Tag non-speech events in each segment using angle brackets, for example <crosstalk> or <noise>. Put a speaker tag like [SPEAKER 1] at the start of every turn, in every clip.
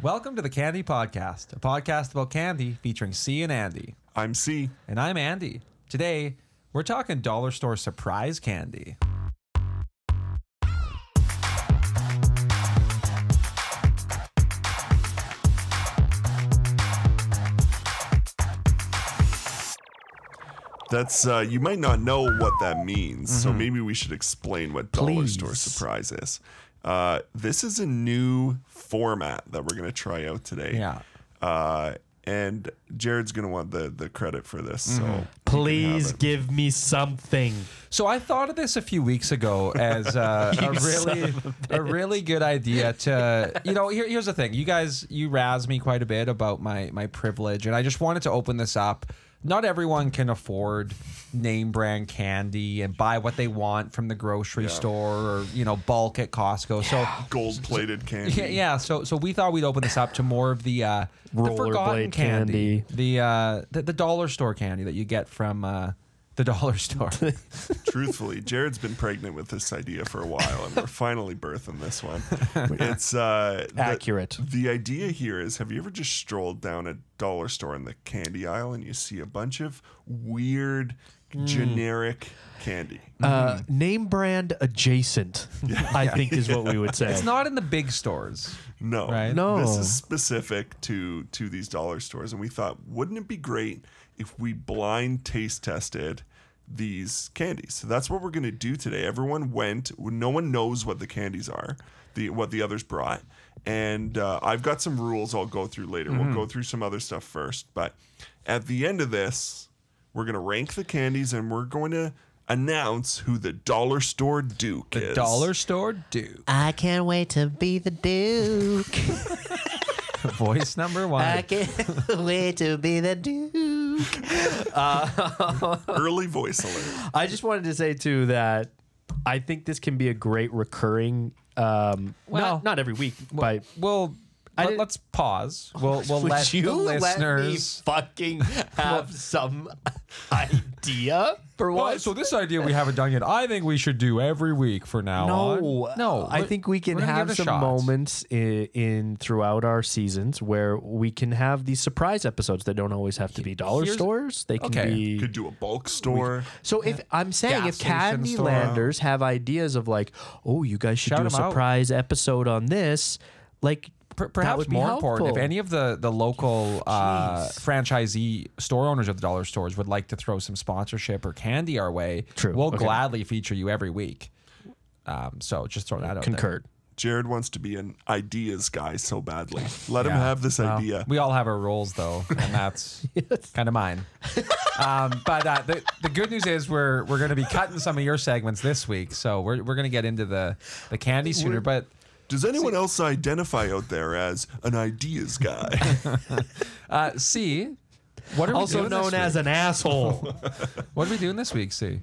[SPEAKER 1] Welcome to the Candy Podcast, a podcast about candy featuring C and Andy.
[SPEAKER 2] I'm C.
[SPEAKER 1] And I'm Andy. Today, we're talking dollar store surprise candy.
[SPEAKER 2] That's uh, you might not know what that means, so maybe we should explain what dollar
[SPEAKER 1] Mm-hmm.
[SPEAKER 2] store
[SPEAKER 1] Please.
[SPEAKER 2] surprise is. Uh, this is a new format that we're gonna try out today.
[SPEAKER 1] Yeah.
[SPEAKER 2] Uh, and Jared's gonna want the the credit for this. So
[SPEAKER 1] Mm-hmm.
[SPEAKER 2] you can have
[SPEAKER 3] Please
[SPEAKER 2] it.
[SPEAKER 3] give me something.
[SPEAKER 1] So I thought of this a few weeks ago as uh, a really a really good idea to you know here, here's the thing you guys you razz me quite a bit about my my privilege and I just wanted to open this up. Not everyone can afford name brand candy and buy what they want from the grocery store or you know bulk at Costco. So
[SPEAKER 2] gold plated candy.
[SPEAKER 1] <laughs> Yeah, yeah. So, so we thought we'd open this up to more of the uh, the
[SPEAKER 3] Rollerblade
[SPEAKER 1] forgotten candy,
[SPEAKER 3] candy.
[SPEAKER 1] the uh, the, the dollar store candy that you get from uh, the dollar <laughs> store.
[SPEAKER 2] Truthfully, Jared's been pregnant with this idea for a while, and we're finally birthing this one. It's uh, the-
[SPEAKER 3] Accurate.
[SPEAKER 2] The idea here is: Have you ever just strolled down a dollar store in the candy aisle and you see a bunch of weird, generic candy?
[SPEAKER 3] Uh, name brand
[SPEAKER 1] <laughs>
[SPEAKER 3] adjacent, I think is what we would say.
[SPEAKER 1] it's not in the big stores.
[SPEAKER 2] No,
[SPEAKER 1] Right.
[SPEAKER 3] No.
[SPEAKER 2] This is specific to to these dollar stores, and we thought, wouldn't it be great if we blind taste tested? these candies. So that's what we're going to do today. Everyone went, no one knows what the candies are, the what the others brought. And uh, I've got some rules I'll go through later.
[SPEAKER 1] Mm-hmm.
[SPEAKER 2] We'll go through some other stuff first, but at the end of this, we're going to rank the candies and we're going to announce who the dollar store duke
[SPEAKER 1] The
[SPEAKER 2] is.
[SPEAKER 1] dollar store do
[SPEAKER 4] I can't wait to be the Duke.
[SPEAKER 1] voice number
[SPEAKER 4] I
[SPEAKER 3] Uh,
[SPEAKER 1] one.
[SPEAKER 4] can't <laughs> wait to be the Duke.
[SPEAKER 2] early voice alert.
[SPEAKER 1] <laughs>
[SPEAKER 3] I just wanted to say too that I think this can be a great recurring. Um,
[SPEAKER 1] Well-
[SPEAKER 3] not, not every week, but
[SPEAKER 1] Well,
[SPEAKER 3] I
[SPEAKER 1] let,
[SPEAKER 3] didn't-
[SPEAKER 1] us pause.
[SPEAKER 3] <laughs>
[SPEAKER 1] We'll we'll
[SPEAKER 3] would
[SPEAKER 1] let
[SPEAKER 3] you
[SPEAKER 1] the listeners.
[SPEAKER 3] listeners
[SPEAKER 1] <laughs>
[SPEAKER 3] fucking have some idea for
[SPEAKER 1] Well,
[SPEAKER 3] what?
[SPEAKER 1] Oh, so this idea we haven't done yet. I think we should do every week for now.
[SPEAKER 3] no,
[SPEAKER 1] on. no.
[SPEAKER 3] I
[SPEAKER 1] we're-
[SPEAKER 3] think we can
[SPEAKER 1] we're gonna give
[SPEAKER 3] have
[SPEAKER 1] it a
[SPEAKER 3] some
[SPEAKER 1] shot.
[SPEAKER 3] moments in, in throughout our seasons where we can have these surprise episodes that don't always have to be dollar
[SPEAKER 1] Here's-
[SPEAKER 3] stores. They can
[SPEAKER 1] Okay.
[SPEAKER 3] be
[SPEAKER 2] Could do a bulk store.
[SPEAKER 3] So if I'm saying
[SPEAKER 1] Gas
[SPEAKER 3] if
[SPEAKER 1] station store.
[SPEAKER 3] Candylanders have ideas of like, oh, you guys should
[SPEAKER 1] Shout
[SPEAKER 3] do a
[SPEAKER 1] 'em out.
[SPEAKER 3] surprise episode on this, like
[SPEAKER 1] Per-
[SPEAKER 3] that
[SPEAKER 1] perhaps
[SPEAKER 3] would be
[SPEAKER 1] more important, if
[SPEAKER 3] helpful.
[SPEAKER 1] any of the the local uh, franchisee store owners of the dollar stores would like to throw some sponsorship or candy our way,
[SPEAKER 3] True.
[SPEAKER 1] we'll
[SPEAKER 3] Okay.
[SPEAKER 1] gladly feature you every week. Um, so just throw that out. there.
[SPEAKER 3] concurred.
[SPEAKER 2] Jared wants to be an ideas guy so badly. Let him have this idea.
[SPEAKER 1] We all have our roles though, and
[SPEAKER 3] <laughs>
[SPEAKER 1] that's kind of mine. um, but uh, the, the good news is we're we're going to be cutting some of your segments this week, so we're we're going to get into the the candy sooner. But
[SPEAKER 2] Does anyone else identify out there as an ideas
[SPEAKER 1] <laughs>
[SPEAKER 2] guy?
[SPEAKER 1] uh, C, what are we
[SPEAKER 3] Also
[SPEAKER 1] doing this
[SPEAKER 3] known as
[SPEAKER 1] week?
[SPEAKER 3] an asshole. <laughs>
[SPEAKER 1] what are we doing this week, C?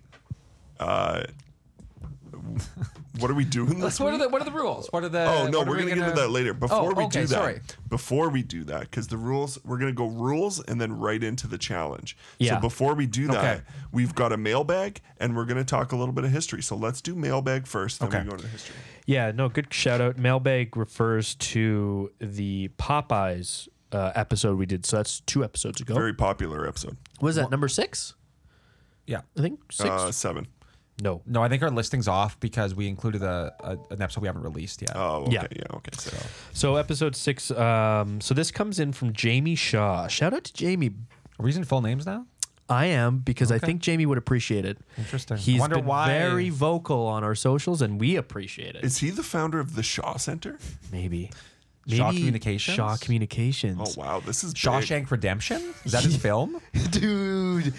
[SPEAKER 2] what are we doing this
[SPEAKER 1] what
[SPEAKER 2] week?
[SPEAKER 1] are the what are the rules? What are the
[SPEAKER 2] Oh no,
[SPEAKER 1] what are
[SPEAKER 2] we're
[SPEAKER 1] we Oh,
[SPEAKER 2] gonna get into that later. Before we do that, before we do that, because the rules, we're gonna go rules and then right into the challenge.
[SPEAKER 3] Yeah.
[SPEAKER 2] So before we do that,
[SPEAKER 1] Okay.
[SPEAKER 2] we've got a mailbag and we're gonna talk a little bit of history. So let's do mailbag first, then
[SPEAKER 1] Okay.
[SPEAKER 2] we go to history.
[SPEAKER 3] yeah, no, good shout out. Mailbag refers to the Popeyes uh, episode we did. So that's two episodes ago.
[SPEAKER 2] Very popular episode.
[SPEAKER 3] was that number six?
[SPEAKER 1] Yeah.
[SPEAKER 3] I think six.
[SPEAKER 2] Uh, seven.
[SPEAKER 3] no.
[SPEAKER 1] No, I think our listing's off because we included a, a an episode we haven't released yet.
[SPEAKER 2] Oh, okay,
[SPEAKER 3] Yeah.
[SPEAKER 2] yeah, okay. So
[SPEAKER 3] So episode six. Um, so this comes in from Jamie Shaw. Shout out to Jamie.
[SPEAKER 1] Are we using full names now?
[SPEAKER 3] I am because I think Jamie would appreciate it.
[SPEAKER 1] Interesting. I
[SPEAKER 3] He's
[SPEAKER 1] wonder
[SPEAKER 3] been
[SPEAKER 1] why-
[SPEAKER 3] very vocal on our socials, and we appreciate it.
[SPEAKER 2] is he the founder of the Shaw Center?
[SPEAKER 3] maybe.
[SPEAKER 1] Shaw
[SPEAKER 3] Maybe
[SPEAKER 1] Communications?
[SPEAKER 3] Shaw Communications.
[SPEAKER 2] Oh wow, this is big.
[SPEAKER 1] Shawshank Redemption? Is
[SPEAKER 2] <laughs>
[SPEAKER 1] that his film? <laughs>
[SPEAKER 3] dude.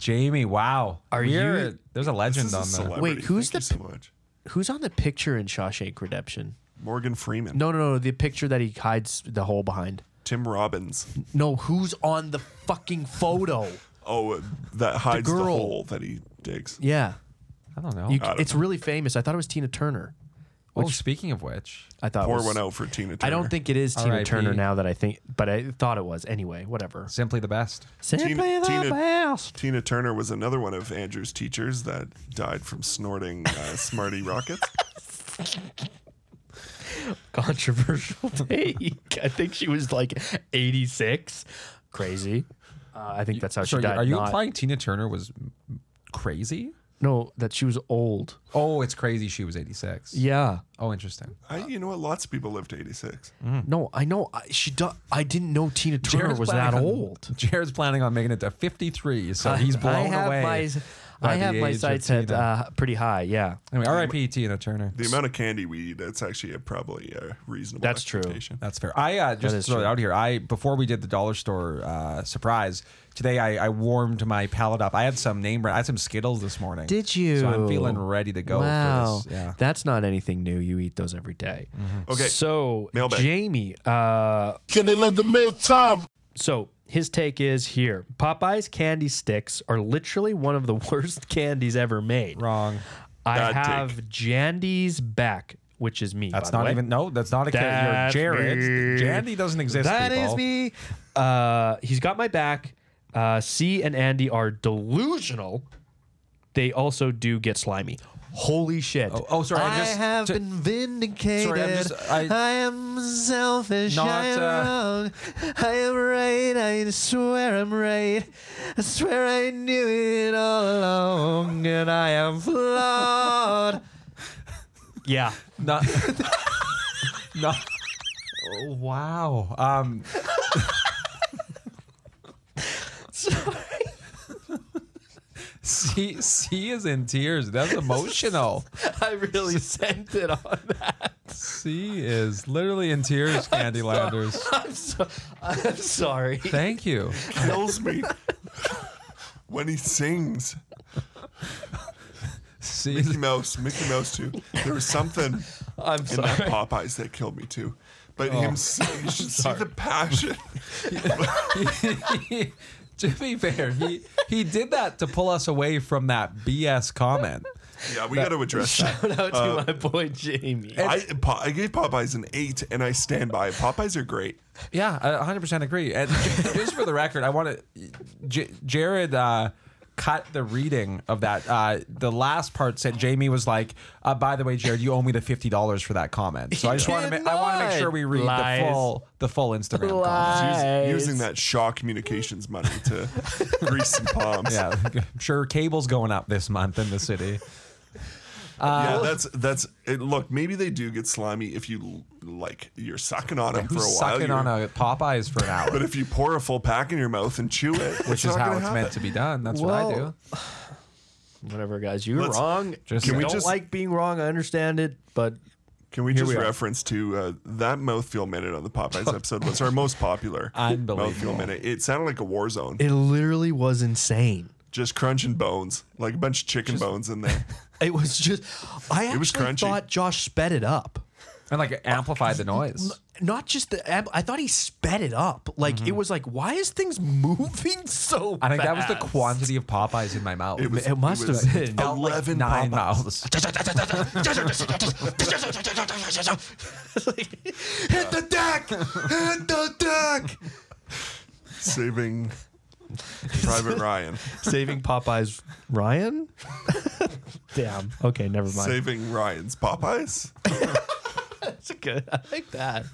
[SPEAKER 1] Jamie, wow.
[SPEAKER 3] Are you-
[SPEAKER 1] There's a
[SPEAKER 2] This
[SPEAKER 1] legend
[SPEAKER 2] is a
[SPEAKER 1] on the.
[SPEAKER 2] celebrity.
[SPEAKER 3] Wait, who's
[SPEAKER 2] Thank
[SPEAKER 3] the
[SPEAKER 2] you so much?
[SPEAKER 3] Who's on the picture in Shawshank Redemption?
[SPEAKER 2] Morgan Freeman.
[SPEAKER 3] No, no, no. The picture that he hides the hole behind.
[SPEAKER 2] Tim Robbins.
[SPEAKER 3] No, who's on the fucking photo?
[SPEAKER 2] Oh, uh, that hides the,
[SPEAKER 3] girl.
[SPEAKER 2] hole that he digs.
[SPEAKER 3] yeah.
[SPEAKER 1] I don't know.
[SPEAKER 3] You, it's really famous. I thought it was Tina Turner.
[SPEAKER 1] oh, speaking of Oh, which,
[SPEAKER 3] I thought it
[SPEAKER 2] Pour
[SPEAKER 3] was-
[SPEAKER 2] one out for Tina Turner.
[SPEAKER 3] I don't think it is Tina
[SPEAKER 1] R.I.P..
[SPEAKER 3] Turner now that I think, but I thought it was anyway. Whatever.
[SPEAKER 1] simply the best.
[SPEAKER 3] Simply the
[SPEAKER 2] Tina-
[SPEAKER 3] best.
[SPEAKER 2] Tina Turner was another one of Andrew's teachers
[SPEAKER 3] <laughs>
[SPEAKER 2] that died from snorting uh, Smarty rockets.
[SPEAKER 3] Controversial <laughs> take. I think she was like 86. Crazy. Uh, I think that's how
[SPEAKER 1] So
[SPEAKER 3] she died.
[SPEAKER 1] are you
[SPEAKER 3] not-
[SPEAKER 1] implying Tina Turner was crazy?
[SPEAKER 3] No, that she was old.
[SPEAKER 1] Oh, it's crazy. She was 86.
[SPEAKER 3] Yeah.
[SPEAKER 1] Oh, interesting.
[SPEAKER 2] I, you know what? Lots of people live to 86.
[SPEAKER 3] No, I know. I, she. Do, I didn't know Tina Turner
[SPEAKER 1] Jared's
[SPEAKER 3] was
[SPEAKER 1] planning
[SPEAKER 3] that
[SPEAKER 1] on-
[SPEAKER 3] old.
[SPEAKER 1] Jared's planning on making it to 53, so he's blown
[SPEAKER 3] I have
[SPEAKER 1] away.
[SPEAKER 3] My,
[SPEAKER 1] by
[SPEAKER 3] I have
[SPEAKER 1] the
[SPEAKER 3] my
[SPEAKER 1] age of
[SPEAKER 3] sights set
[SPEAKER 1] Tina.
[SPEAKER 3] uh, pretty high. Yeah.
[SPEAKER 1] I mean, R.I.P. Tina Turner.
[SPEAKER 2] The amount of candy we eat, that's actually a, probably a reasonable
[SPEAKER 3] That's true. <laughs>
[SPEAKER 2] expectation.
[SPEAKER 1] That's fair. I uh, just to
[SPEAKER 3] is
[SPEAKER 1] throw it
[SPEAKER 3] true.
[SPEAKER 1] out here. I before we did the dollar store uh, surprise today, I, I warmed my palate up. I had some name brand. I had some Skittles this morning.
[SPEAKER 3] Did you?
[SPEAKER 1] So I'm feeling ready to go.
[SPEAKER 3] Wow,
[SPEAKER 1] For this. Yeah.
[SPEAKER 3] that's not anything new. You eat those every day.
[SPEAKER 2] Okay.
[SPEAKER 3] So
[SPEAKER 2] Mailbag.
[SPEAKER 3] Jamie, uh,
[SPEAKER 5] Can they let the mail time?
[SPEAKER 3] so his take is here: Popeye's candy sticks are literally one of the <laughs> worst candies ever made.
[SPEAKER 1] Wrong.
[SPEAKER 3] I
[SPEAKER 2] Bad take.
[SPEAKER 3] have Jandy's back, which is me.
[SPEAKER 1] That's
[SPEAKER 3] by the
[SPEAKER 1] not
[SPEAKER 3] way.
[SPEAKER 1] even no. That's not a character.
[SPEAKER 3] That's
[SPEAKER 1] Jared.
[SPEAKER 3] me.
[SPEAKER 1] Jandy doesn't exist.
[SPEAKER 3] That is
[SPEAKER 1] people.
[SPEAKER 3] me. Uh, he's got my back. Uh, C and Andy are delusional. They also do get slimy. Holy shit!
[SPEAKER 1] Oh, oh, sorry. I
[SPEAKER 4] I
[SPEAKER 1] just
[SPEAKER 4] have
[SPEAKER 1] to-
[SPEAKER 4] been vindicated.
[SPEAKER 1] Sorry, I'm just- I-
[SPEAKER 4] I, am selfish.
[SPEAKER 1] Not,
[SPEAKER 4] I am
[SPEAKER 1] uh,
[SPEAKER 4] wrong. I am right. I swear I'm right. I swear I knew it all along, and I am flawed.
[SPEAKER 1] <laughs>
[SPEAKER 3] yeah.
[SPEAKER 1] not. not oh, wow. Um. Sorry. C C is in tears. That's emotional.
[SPEAKER 3] I really sent it on that.
[SPEAKER 1] C is literally in tears, Candylanders.
[SPEAKER 3] I'm, so, I'm sorry.
[SPEAKER 1] Thank you.
[SPEAKER 2] Kills me <laughs> when he sings.
[SPEAKER 1] C
[SPEAKER 2] Mickey Mouse, Mickey Mouse too. There was something
[SPEAKER 3] I'm
[SPEAKER 2] in that
[SPEAKER 3] sorry.
[SPEAKER 4] <laughs>
[SPEAKER 2] Popeyes that killed me too. But
[SPEAKER 1] Oh. <laughs>
[SPEAKER 2] him, sing- you should see the passion.
[SPEAKER 1] <laughs> to be fair, he he did that to pull us away from that BS comment.
[SPEAKER 2] Yeah, we got to address that.
[SPEAKER 3] Shout out to
[SPEAKER 1] Uh,
[SPEAKER 3] my boy Jamie.
[SPEAKER 2] I, Po- I gave Popeyes an eight, and I stand by it. Popeyes are great.
[SPEAKER 1] Yeah, I 100% agree. And ju- <laughs> just for the record, I want to. J- Jared uh, cut the reading of that. Uh, the last part said Jamie was like, uh, "By the way, Jared, you owe me the fifty dollars for that comment." So I just want to. Ma- I want to make sure we read
[SPEAKER 3] Lies.
[SPEAKER 1] the full the full Instagram. comment.
[SPEAKER 2] Us-
[SPEAKER 3] Lies.
[SPEAKER 2] Using that Shaw Communications money
[SPEAKER 1] <laughs>
[SPEAKER 2] to grease some palms.
[SPEAKER 1] Yeah, <laughs> I'm sure cable's going up this month in the
[SPEAKER 2] <laughs>
[SPEAKER 1] city.
[SPEAKER 2] Yeah, that's that's it. Look, maybe they do get slimy if you like you're sucking on them for a
[SPEAKER 1] Who's
[SPEAKER 2] while.
[SPEAKER 1] sucking
[SPEAKER 2] you're-
[SPEAKER 1] on a Popeyes for an
[SPEAKER 2] <laughs>
[SPEAKER 1] hour?
[SPEAKER 2] but if you pour a full pack in your mouth and chew it,
[SPEAKER 1] which is how it's meant to be done. That's what I do.
[SPEAKER 3] Well, Whatever, guys. You were
[SPEAKER 2] Let's-
[SPEAKER 3] wrong.
[SPEAKER 1] Just-
[SPEAKER 3] I
[SPEAKER 1] Can we
[SPEAKER 3] don't
[SPEAKER 2] just-
[SPEAKER 3] like being wrong. I understand it, but
[SPEAKER 2] Can we just
[SPEAKER 3] we are.
[SPEAKER 2] reference to uh, that mouthfeel minute on
[SPEAKER 1] <laughs>
[SPEAKER 2] the Popeyes episode was our most popular
[SPEAKER 1] Unbelievable.
[SPEAKER 2] mouthfeel minute. It sounded like a war zone,
[SPEAKER 3] it literally was insane.
[SPEAKER 2] just crunching bones, like a bunch of chicken bones in
[SPEAKER 1] <laughs>
[SPEAKER 2] there.
[SPEAKER 3] It was just. I
[SPEAKER 2] It was
[SPEAKER 3] actually
[SPEAKER 2] crunchy.
[SPEAKER 3] thought Josh sped it up.
[SPEAKER 1] And like amplify the noise.
[SPEAKER 3] Not just the. ab- I thought he sped it up. Like
[SPEAKER 2] Mm-hmm.
[SPEAKER 3] it was like, why is things moving so?
[SPEAKER 1] I think that was the
[SPEAKER 3] fast?
[SPEAKER 1] quantity of Popeyes in my mouth.
[SPEAKER 2] It was-
[SPEAKER 3] It must
[SPEAKER 2] was
[SPEAKER 3] have been.
[SPEAKER 1] Felt like
[SPEAKER 2] 11
[SPEAKER 1] nine
[SPEAKER 2] Popeyes.
[SPEAKER 1] mouths.
[SPEAKER 3] Hit the deck! Hit the deck!
[SPEAKER 1] <laughs>
[SPEAKER 2] saving Private Ryan,
[SPEAKER 3] Saving Popeye's
[SPEAKER 1] <laughs>
[SPEAKER 3] Ryan? Damn. Okay, never mind.
[SPEAKER 2] saving Ryan's Popeyes.
[SPEAKER 3] That's good. I like that.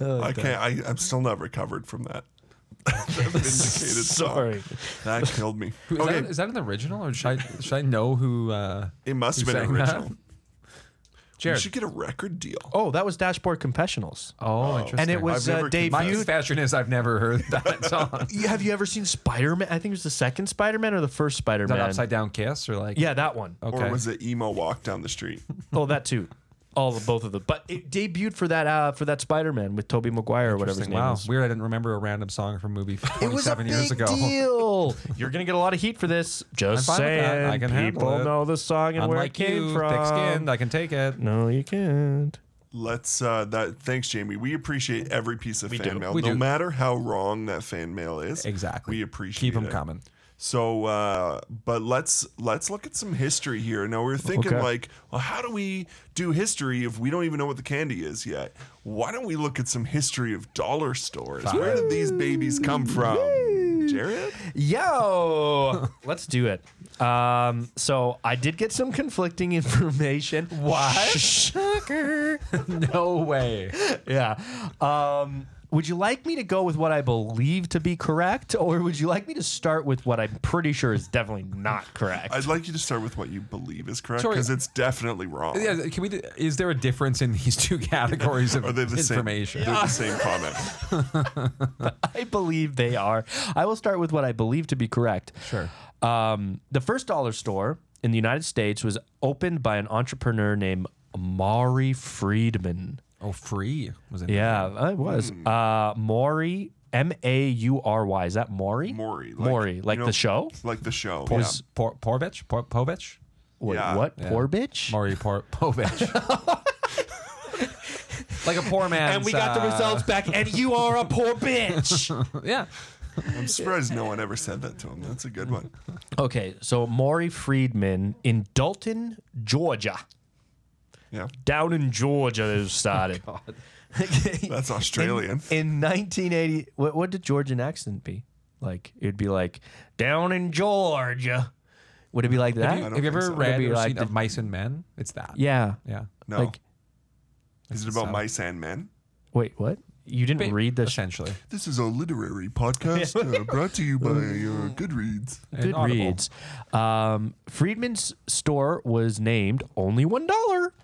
[SPEAKER 1] Oh,
[SPEAKER 2] I can't. I, I'm still not recovered from that. <laughs>
[SPEAKER 1] <laughs>
[SPEAKER 2] that vindicated song.
[SPEAKER 3] Sorry.
[SPEAKER 2] that killed me.
[SPEAKER 1] Is,
[SPEAKER 2] okay,
[SPEAKER 1] that, is that an original, or should I, should I know who? Uh,
[SPEAKER 2] it must have
[SPEAKER 1] who
[SPEAKER 2] been
[SPEAKER 1] sang that?
[SPEAKER 2] original. You
[SPEAKER 1] Jared.
[SPEAKER 2] should get a record deal.
[SPEAKER 3] Oh, that was Dashboard Confessionals.
[SPEAKER 1] oh, interesting.
[SPEAKER 3] and it was
[SPEAKER 2] I've
[SPEAKER 3] uh,
[SPEAKER 2] never confessed.
[SPEAKER 1] my
[SPEAKER 3] debuted.
[SPEAKER 1] confession is I've never heard <laughs> that song.
[SPEAKER 3] You- Have you ever seen Spider Man? I think it was the second Spider Man or the first Spider
[SPEAKER 1] Is that
[SPEAKER 3] Man.
[SPEAKER 1] upside down kiss or like?
[SPEAKER 3] Yeah, that one. Oh,
[SPEAKER 1] Okay.
[SPEAKER 2] Or was it emo walk down the street?
[SPEAKER 3] that too. All of both of them. But it debuted for that uh, for that Spider Man with Tobey Maguire or whatever his
[SPEAKER 1] Interesting.
[SPEAKER 3] name
[SPEAKER 1] Wow.
[SPEAKER 3] is.
[SPEAKER 1] Weird. I didn't remember a random song from a movie from 27 years ago. <laughs>
[SPEAKER 3] deal. You're gonna get a lot of heat for this. Just
[SPEAKER 1] I'm fine with
[SPEAKER 3] saying,
[SPEAKER 1] that. I can handle
[SPEAKER 3] people
[SPEAKER 1] it.
[SPEAKER 3] know the song and where it
[SPEAKER 1] Unlike
[SPEAKER 3] came
[SPEAKER 1] you,
[SPEAKER 3] from.
[SPEAKER 1] thick-skinned. I can take it.
[SPEAKER 3] No, you can't.
[SPEAKER 2] Let's uh that thanks Jamie. We appreciate every piece of fan
[SPEAKER 3] do.
[SPEAKER 2] mail.
[SPEAKER 1] We
[SPEAKER 2] no
[SPEAKER 1] do.
[SPEAKER 2] matter how wrong that fan mail is.
[SPEAKER 1] Exactly.
[SPEAKER 2] We appreciate
[SPEAKER 1] Keep them
[SPEAKER 2] it.
[SPEAKER 1] coming.
[SPEAKER 2] So uh but let's let's look at some history here. Now we're thinking
[SPEAKER 3] Okay.
[SPEAKER 2] like, well, how do we do history if we don't even know what the candy is yet? Why don't we look at some history of dollar stores? Where did these babies come from? Jared?
[SPEAKER 1] <laughs>
[SPEAKER 3] Yo, let's do it. Um, so I did get some conflicting <laughs> information.
[SPEAKER 1] What?
[SPEAKER 3] Shocker.
[SPEAKER 1] No way.
[SPEAKER 3] yeah. Um, would you like me to go with what I believe to be correct, or would you like me to start with what I'm pretty sure is definitely not correct?
[SPEAKER 2] I'd like you to start with what you believe is correct
[SPEAKER 1] Sorry.
[SPEAKER 2] because it's definitely wrong.
[SPEAKER 1] Yeah, can we? do- Is there a difference in these two <laughs> categories of
[SPEAKER 2] Are they the
[SPEAKER 1] information?
[SPEAKER 2] same? They're the same comment.
[SPEAKER 3] <laughs> I believe they are. I will start with what I believe to be correct.
[SPEAKER 1] Sure.
[SPEAKER 3] Um, the first dollar store in the United States was opened by an entrepreneur named Maury Friedman.
[SPEAKER 1] Oh, free was it?
[SPEAKER 3] Yeah, it was.
[SPEAKER 2] Hmm.
[SPEAKER 3] Uh, Maury, M A U R Y. Is that Maury?
[SPEAKER 2] Maury, like,
[SPEAKER 3] Maury, like
[SPEAKER 2] you know,
[SPEAKER 3] the show?
[SPEAKER 2] Like the show.
[SPEAKER 1] Was Por- Porvich? Por- Povich?
[SPEAKER 3] Wait,
[SPEAKER 2] Yeah.
[SPEAKER 3] what? Poor bitch?
[SPEAKER 1] Maury Por- <laughs> Povich. like a poor man.
[SPEAKER 3] And uh, we got the results back, and you are a poor bitch.
[SPEAKER 1] Yeah.
[SPEAKER 2] Yeah. I'm surprised no one ever said that to him. That's a good one.
[SPEAKER 3] <laughs> okay, so Maury Friedman in Dalton, Georgia.
[SPEAKER 2] Yeah.
[SPEAKER 3] Down in Georgia, <laughs> it was started.
[SPEAKER 2] That's Australian.
[SPEAKER 3] <laughs> in 1980 what, what did georgian accent be like it would be like down in georgia would it be like that
[SPEAKER 1] Have you,
[SPEAKER 2] don't
[SPEAKER 1] have you ever
[SPEAKER 2] think so.
[SPEAKER 1] read
[SPEAKER 3] It'd be
[SPEAKER 1] or
[SPEAKER 3] like
[SPEAKER 1] seen
[SPEAKER 3] the-
[SPEAKER 1] of Mice and Men? It's that.
[SPEAKER 3] yeah
[SPEAKER 1] Yeah.
[SPEAKER 2] No.
[SPEAKER 3] like
[SPEAKER 2] Is it about mice and men?
[SPEAKER 3] wait what you didn't
[SPEAKER 1] Ba-
[SPEAKER 3] read the sh-
[SPEAKER 1] essentially.
[SPEAKER 2] This is a literary
[SPEAKER 3] <laughs>
[SPEAKER 2] podcast uh, brought to you by uh, Goodreads.
[SPEAKER 1] And Audible.
[SPEAKER 3] goodreads um, friedman's store was named only one dollar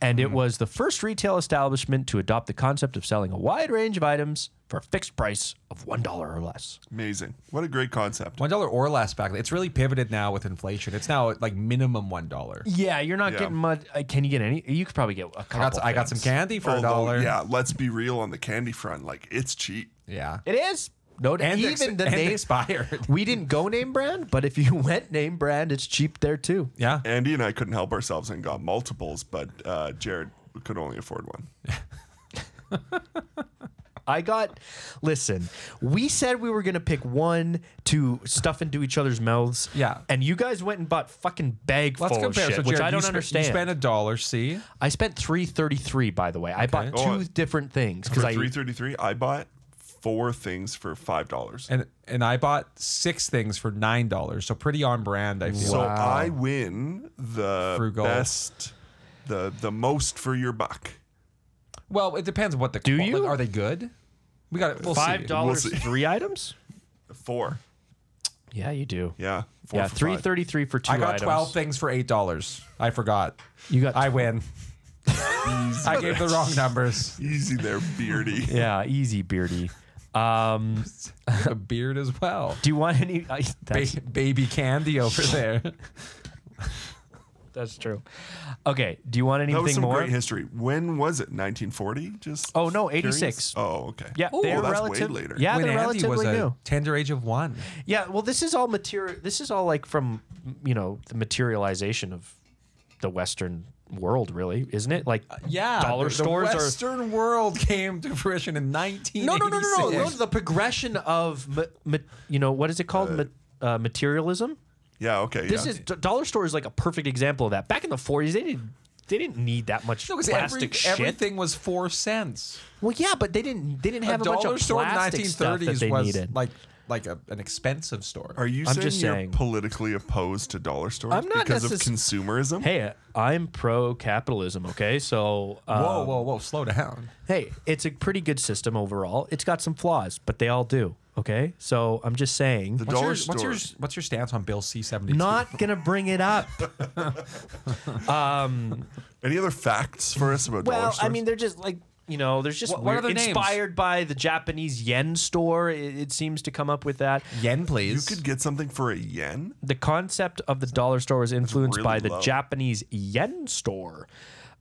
[SPEAKER 3] and it was the first retail establishment to adopt the concept of selling a wide range of items for a fixed price of one dollar or less
[SPEAKER 2] Amazing. What a great concept.
[SPEAKER 1] One dollar or less back. then. It's really pivoted now with inflation. It's now like minimum one dollar.
[SPEAKER 3] yeah you're not
[SPEAKER 2] Yeah.
[SPEAKER 3] getting much uh, can you get any you could probably get a couple
[SPEAKER 1] I got, I got some
[SPEAKER 3] things.
[SPEAKER 1] candy for a
[SPEAKER 2] Although,
[SPEAKER 1] dollar.
[SPEAKER 2] yeah, let's be real on the candy front. Like, it's cheap.
[SPEAKER 1] Yeah.
[SPEAKER 3] It is. No,
[SPEAKER 1] And
[SPEAKER 3] even
[SPEAKER 1] ex-
[SPEAKER 3] the
[SPEAKER 1] and
[SPEAKER 3] name.
[SPEAKER 1] expired. <laughs>
[SPEAKER 3] we didn't go name brand, but if you <laughs> went name brand, it's cheap there too.
[SPEAKER 1] Yeah.
[SPEAKER 2] Andy and I couldn't help ourselves and got multiples, but uh, Jared could only afford one.
[SPEAKER 3] I got. Listen, we said we were gonna pick one to stuff into each other's mouths.
[SPEAKER 1] Yeah.
[SPEAKER 3] and you guys went and bought fucking bag
[SPEAKER 1] Let's
[SPEAKER 3] full
[SPEAKER 1] compare.
[SPEAKER 3] of shit,
[SPEAKER 1] so Jared,
[SPEAKER 3] which I
[SPEAKER 1] you
[SPEAKER 3] don't
[SPEAKER 1] spe-
[SPEAKER 3] understand.
[SPEAKER 1] You spent a dollar. See.
[SPEAKER 3] I spent three thirty three, by the way. I bought two
[SPEAKER 2] Oh,
[SPEAKER 3] different things
[SPEAKER 2] For
[SPEAKER 3] because I.
[SPEAKER 2] three thirty three, I bought four things for five dollars.
[SPEAKER 1] and and I bought six things for nine dollars. So pretty on brand. I feel.
[SPEAKER 2] So I win the
[SPEAKER 1] Frugal.
[SPEAKER 2] best, the the most for your buck.
[SPEAKER 1] well, it depends what the
[SPEAKER 3] Do
[SPEAKER 1] qual-
[SPEAKER 3] you?
[SPEAKER 1] are they good? We got it. We'll
[SPEAKER 3] Five
[SPEAKER 1] see.
[SPEAKER 3] dollars,
[SPEAKER 2] We'll see.
[SPEAKER 3] three items.
[SPEAKER 2] Four,
[SPEAKER 3] Yeah, you do.
[SPEAKER 2] yeah, four
[SPEAKER 3] Yeah,
[SPEAKER 2] for
[SPEAKER 3] three
[SPEAKER 2] five.
[SPEAKER 3] thirty three for two
[SPEAKER 1] I got
[SPEAKER 3] items.
[SPEAKER 1] twelve things for eight dollars. I forgot.
[SPEAKER 3] You got.
[SPEAKER 1] I win. I gave the wrong numbers.
[SPEAKER 2] Easy there,
[SPEAKER 3] <laughs>
[SPEAKER 2] Beardy.
[SPEAKER 3] yeah, easy, beardy. Um,
[SPEAKER 1] A beard as well.
[SPEAKER 3] do you want any? <laughs> I,
[SPEAKER 1] Ba-
[SPEAKER 3] that's-
[SPEAKER 1] baby candy over
[SPEAKER 3] <laughs>
[SPEAKER 1] there.
[SPEAKER 3] That's true. Okay. Do you want anything
[SPEAKER 2] That was some
[SPEAKER 3] more?
[SPEAKER 2] great history. When was it? 1940? Just
[SPEAKER 3] Oh, no,
[SPEAKER 2] curious?
[SPEAKER 3] 86.
[SPEAKER 2] Oh, okay.
[SPEAKER 3] Yeah,
[SPEAKER 2] oh,
[SPEAKER 3] they're
[SPEAKER 2] that's
[SPEAKER 3] relative-
[SPEAKER 2] way later.
[SPEAKER 3] yeah.
[SPEAKER 1] when
[SPEAKER 3] they're
[SPEAKER 1] Andy was
[SPEAKER 3] relatively
[SPEAKER 1] a
[SPEAKER 3] new.
[SPEAKER 1] tender age of one.
[SPEAKER 3] yeah. Well, this is all material. This is all like from you know the materialization of the Western world, really, isn't it? Like
[SPEAKER 1] Uh, Yeah,
[SPEAKER 3] dollar
[SPEAKER 1] the,
[SPEAKER 3] stores
[SPEAKER 1] The
[SPEAKER 3] are.
[SPEAKER 1] Western world came to fruition in 1986.
[SPEAKER 3] <laughs> No, no, no, no, no, no. The progression of ma- ma- you know what is it called? Ma- uh, materialism.
[SPEAKER 2] Yeah, okay.
[SPEAKER 3] This
[SPEAKER 2] yeah.
[SPEAKER 3] is d- dollar store is like a perfect example of that. Back in the forties, they didn't they didn't need that much
[SPEAKER 1] No, 'cause
[SPEAKER 3] plastic
[SPEAKER 1] every-
[SPEAKER 3] shit.
[SPEAKER 1] everything was four cents.
[SPEAKER 3] Well, yeah, but they didn't they didn't have a,
[SPEAKER 1] dollar
[SPEAKER 3] bunch of
[SPEAKER 1] store in
[SPEAKER 3] plastic stuff that they
[SPEAKER 1] was
[SPEAKER 3] needed.
[SPEAKER 1] like like a, an expensive store.
[SPEAKER 2] Are you
[SPEAKER 3] I'm
[SPEAKER 2] saying
[SPEAKER 3] just
[SPEAKER 2] you're
[SPEAKER 3] saying.
[SPEAKER 2] politically opposed to dollar stores
[SPEAKER 3] I'm not
[SPEAKER 2] because of
[SPEAKER 3] necess-
[SPEAKER 2] consumerism?
[SPEAKER 3] Hey, I'm pro capitalism, okay? So, uh,
[SPEAKER 1] whoa, whoa, whoa! Slow down.
[SPEAKER 3] hey, it's a pretty good system overall. It's got some flaws, but they all do, okay? So, I'm just saying,
[SPEAKER 2] the
[SPEAKER 1] What's
[SPEAKER 2] dollar
[SPEAKER 1] your,
[SPEAKER 2] store.
[SPEAKER 1] what's your what's your stance on Bill C seventy two?
[SPEAKER 3] not going to bring
[SPEAKER 1] <laughs>
[SPEAKER 3] it up.
[SPEAKER 2] Any other facts for us about dollar
[SPEAKER 3] well,
[SPEAKER 2] stores?
[SPEAKER 3] I mean, they're just like, you know, there's just
[SPEAKER 1] What- what
[SPEAKER 3] weird-
[SPEAKER 1] are their names?
[SPEAKER 3] inspired by the Japanese yen store. It, it seems to come up with that.
[SPEAKER 1] yen,
[SPEAKER 2] you
[SPEAKER 1] please.
[SPEAKER 2] could get something for a yen.
[SPEAKER 3] The concept of the dollar store was influenced
[SPEAKER 2] really
[SPEAKER 3] by the
[SPEAKER 2] low.
[SPEAKER 3] Japanese yen store.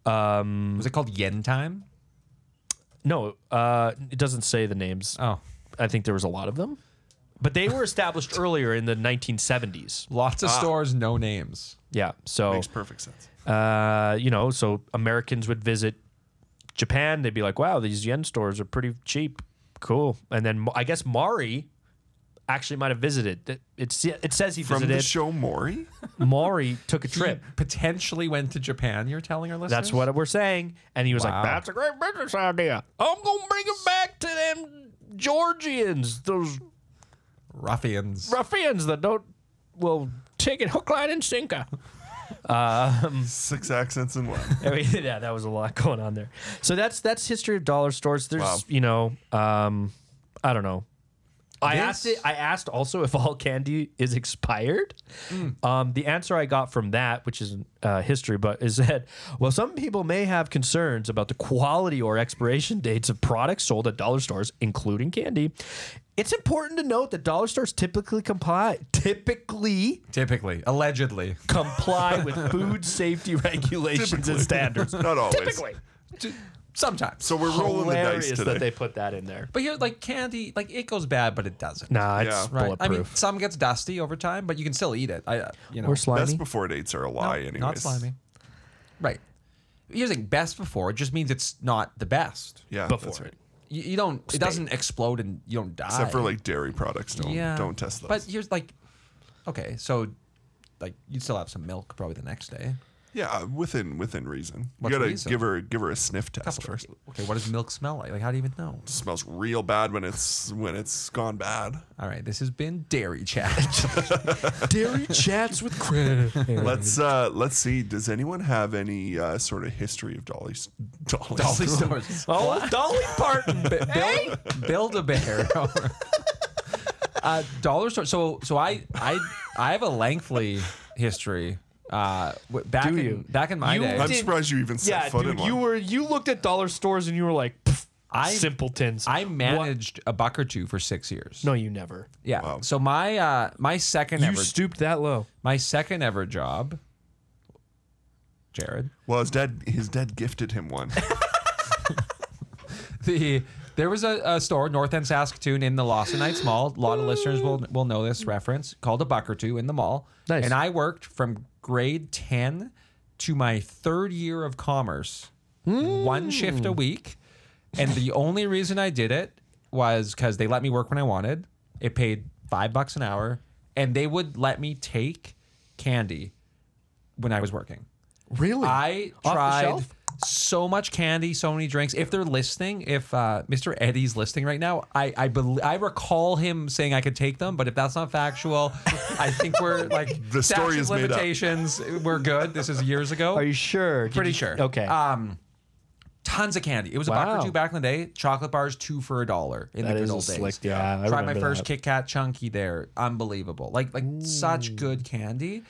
[SPEAKER 3] Um,
[SPEAKER 1] was it called Yen Time?
[SPEAKER 3] no, uh, it doesn't say the names.
[SPEAKER 1] Oh,
[SPEAKER 3] I think there was a lot of them. But they were established earlier in the 1970s.
[SPEAKER 1] lots of stores, no names.
[SPEAKER 3] Yeah. So,
[SPEAKER 2] Makes perfect sense.
[SPEAKER 3] uh, you know, so Americans would visit Japan. They'd be like, wow, these yen stores are pretty cheap. Cool. And then Ma- I guess Mari actually might have visited. It, it's, it says he
[SPEAKER 2] From the
[SPEAKER 3] visited.
[SPEAKER 2] show Maury? <laughs>
[SPEAKER 3] Maury took a trip.
[SPEAKER 1] Potentially went to Japan. You're telling our listeners.
[SPEAKER 3] That's what we're saying. And he was
[SPEAKER 1] Wow.
[SPEAKER 3] like, that's a great business idea. I'm going to bring it back to them Georgians, those
[SPEAKER 1] ruffians.
[SPEAKER 3] ruffians that don't, well, Take it hook, line, and sinker.
[SPEAKER 2] Six accents in one.
[SPEAKER 3] I mean, <laughs> yeah, that was a lot going on there. So that's that's history of dollar stores. There's
[SPEAKER 2] Wow.
[SPEAKER 3] you know, um, I don't know. I
[SPEAKER 1] This-
[SPEAKER 3] asked it. I asked also if all candy is expired. Um, the answer I got from that, which is uh, history, but is that well, some people may have concerns about the quality or expiration dates of products sold at dollar stores, including candy. It's important to note that dollar stores typically comply typically
[SPEAKER 1] Typically, allegedly.
[SPEAKER 3] comply with food safety regulations and standards.
[SPEAKER 2] Not always.
[SPEAKER 3] Typically.
[SPEAKER 1] Sometimes.
[SPEAKER 2] So we're rolling the dice
[SPEAKER 3] hilarious
[SPEAKER 2] today.
[SPEAKER 3] that they put that in there.
[SPEAKER 1] but here, like candy, like it goes bad, but it doesn't.
[SPEAKER 3] Nah, it's
[SPEAKER 2] Yeah.
[SPEAKER 1] Right.
[SPEAKER 3] bulletproof.
[SPEAKER 1] I mean, some gets dusty over time, but you can still eat it. I, uh, you know,
[SPEAKER 3] or
[SPEAKER 2] Best
[SPEAKER 3] slimy.
[SPEAKER 2] before dates are a lie, anyways.
[SPEAKER 1] not slimy. Right. Here's the thing, best before it just means it's not the best.
[SPEAKER 2] Yeah,
[SPEAKER 3] Before
[SPEAKER 2] that's
[SPEAKER 3] it.
[SPEAKER 2] right.
[SPEAKER 1] You, you don't. It doesn't explode and you don't die.
[SPEAKER 2] Except for like dairy products, don't don't test those.
[SPEAKER 1] But here's like, okay, so like you'd still have some milk probably the next day.
[SPEAKER 2] yeah, uh, within within reason.
[SPEAKER 1] What's
[SPEAKER 2] you gotta
[SPEAKER 1] reason?
[SPEAKER 2] give her give her a sniff test
[SPEAKER 1] Couple-
[SPEAKER 2] first.
[SPEAKER 1] Okay, what does milk smell like? Like how do you even know?
[SPEAKER 2] smells real bad when it's when it's gone bad.
[SPEAKER 1] All right, this has been dairy chat. <laughs>
[SPEAKER 3] Dairy
[SPEAKER 2] <laughs>
[SPEAKER 3] chats with Chris.
[SPEAKER 2] Let's uh let's see. Does anyone have any uh, sort of history of Dolly's Dolly,
[SPEAKER 1] Dolly stores.
[SPEAKER 3] oh, Dolly Parton.
[SPEAKER 1] B- build, build a bear. <laughs> uh, dollar store. So so I I I have a lengthy history. Uh, w- back
[SPEAKER 3] Do
[SPEAKER 1] in
[SPEAKER 3] you?
[SPEAKER 1] back in my
[SPEAKER 3] You
[SPEAKER 1] day,
[SPEAKER 2] I'm
[SPEAKER 3] Did-
[SPEAKER 2] surprised you even set
[SPEAKER 3] Yeah,
[SPEAKER 2] foot in
[SPEAKER 3] dude,
[SPEAKER 2] one.
[SPEAKER 3] you were you looked at dollar stores and you were like, "Pff,
[SPEAKER 1] I-
[SPEAKER 3] simpletons.
[SPEAKER 1] I managed a buck or two for six years.
[SPEAKER 3] no, you never.
[SPEAKER 1] Yeah. So my uh, my second
[SPEAKER 3] You
[SPEAKER 1] ever
[SPEAKER 3] stooped that low.
[SPEAKER 1] my second ever job. Jared.
[SPEAKER 2] well, his dad his dad gifted him one.
[SPEAKER 1] the there was a, a store north end saskatoon in the Lawsonite mall a lot of listeners will will know this reference called a buck or two in the mall
[SPEAKER 3] Nice.
[SPEAKER 1] and i worked from grade 10 to my third year of commerce one shift a week and the only reason i did it was because they let me work when i wanted it paid five bucks an hour and they would let me take candy when i was working
[SPEAKER 3] Really?
[SPEAKER 1] I
[SPEAKER 3] Off the
[SPEAKER 1] tried
[SPEAKER 3] shelf?
[SPEAKER 1] so much candy, so many drinks. If they're listening, if uh, Mr. Eddie's listening right now, I I, bel I recall him saying I could take them, but if that's not
[SPEAKER 3] <laughs>
[SPEAKER 1] factual, I think we're like
[SPEAKER 2] The story
[SPEAKER 1] statute
[SPEAKER 2] is made up.
[SPEAKER 1] limitations. We're good. This is years ago.
[SPEAKER 3] Are you sure? Did
[SPEAKER 1] Pretty
[SPEAKER 3] you-
[SPEAKER 1] sure.
[SPEAKER 3] Okay.
[SPEAKER 1] Um, tons of candy. It was a buck
[SPEAKER 3] Wow.
[SPEAKER 1] or two back in the day. Chocolate bars two for a dollar in
[SPEAKER 3] That
[SPEAKER 1] the good
[SPEAKER 3] is a
[SPEAKER 1] old days.
[SPEAKER 3] slick- yeah, I
[SPEAKER 1] Tried my
[SPEAKER 3] remember
[SPEAKER 1] first
[SPEAKER 3] that.
[SPEAKER 1] Kit Kat chunky there. Unbelievable. Like like such good candy.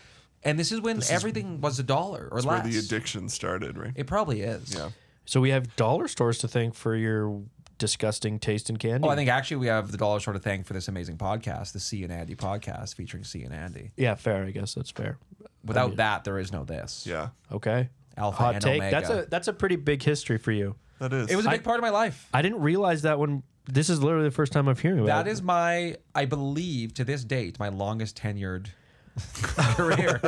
[SPEAKER 1] And this is when everything was a dollar or
[SPEAKER 2] where
[SPEAKER 1] less.
[SPEAKER 2] the addiction started, right?
[SPEAKER 1] It probably is.
[SPEAKER 2] Yeah.
[SPEAKER 3] so we have dollar stores to thank for your disgusting taste in candy.
[SPEAKER 1] Well, Oh, I think actually we have the dollar sort of thing for this amazing podcast, the C and Andy podcast featuring C and Andy.
[SPEAKER 3] yeah, fair. I guess that's fair.
[SPEAKER 1] Without that, there is no this.
[SPEAKER 2] Yeah.
[SPEAKER 3] Okay.
[SPEAKER 1] Alpha
[SPEAKER 3] Hot
[SPEAKER 1] and
[SPEAKER 3] take.
[SPEAKER 1] Uh, Omega.
[SPEAKER 3] That's a that's a pretty big history for you.
[SPEAKER 2] That is.
[SPEAKER 1] It was a big part of my life.
[SPEAKER 3] I didn't realize that when this is literally the first time I'm hearing about
[SPEAKER 1] That
[SPEAKER 3] it.
[SPEAKER 1] is my, I believe, to this date, my longest tenured <laughs>
[SPEAKER 2] <laughs>
[SPEAKER 1] career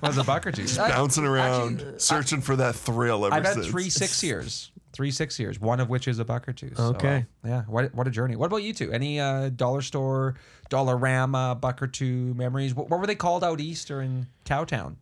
[SPEAKER 1] was a buck or two. I-
[SPEAKER 2] bouncing around, searching for that thrill ever
[SPEAKER 1] I've had
[SPEAKER 2] since.
[SPEAKER 1] three six years, three six years, one of which is a buck or two. So,
[SPEAKER 3] Okay.
[SPEAKER 1] uh, yeah. What, what a journey. What about you two? Any uh, dollar store, Dollarama, buck or two memories? What, what were they called out east or in Cowtown?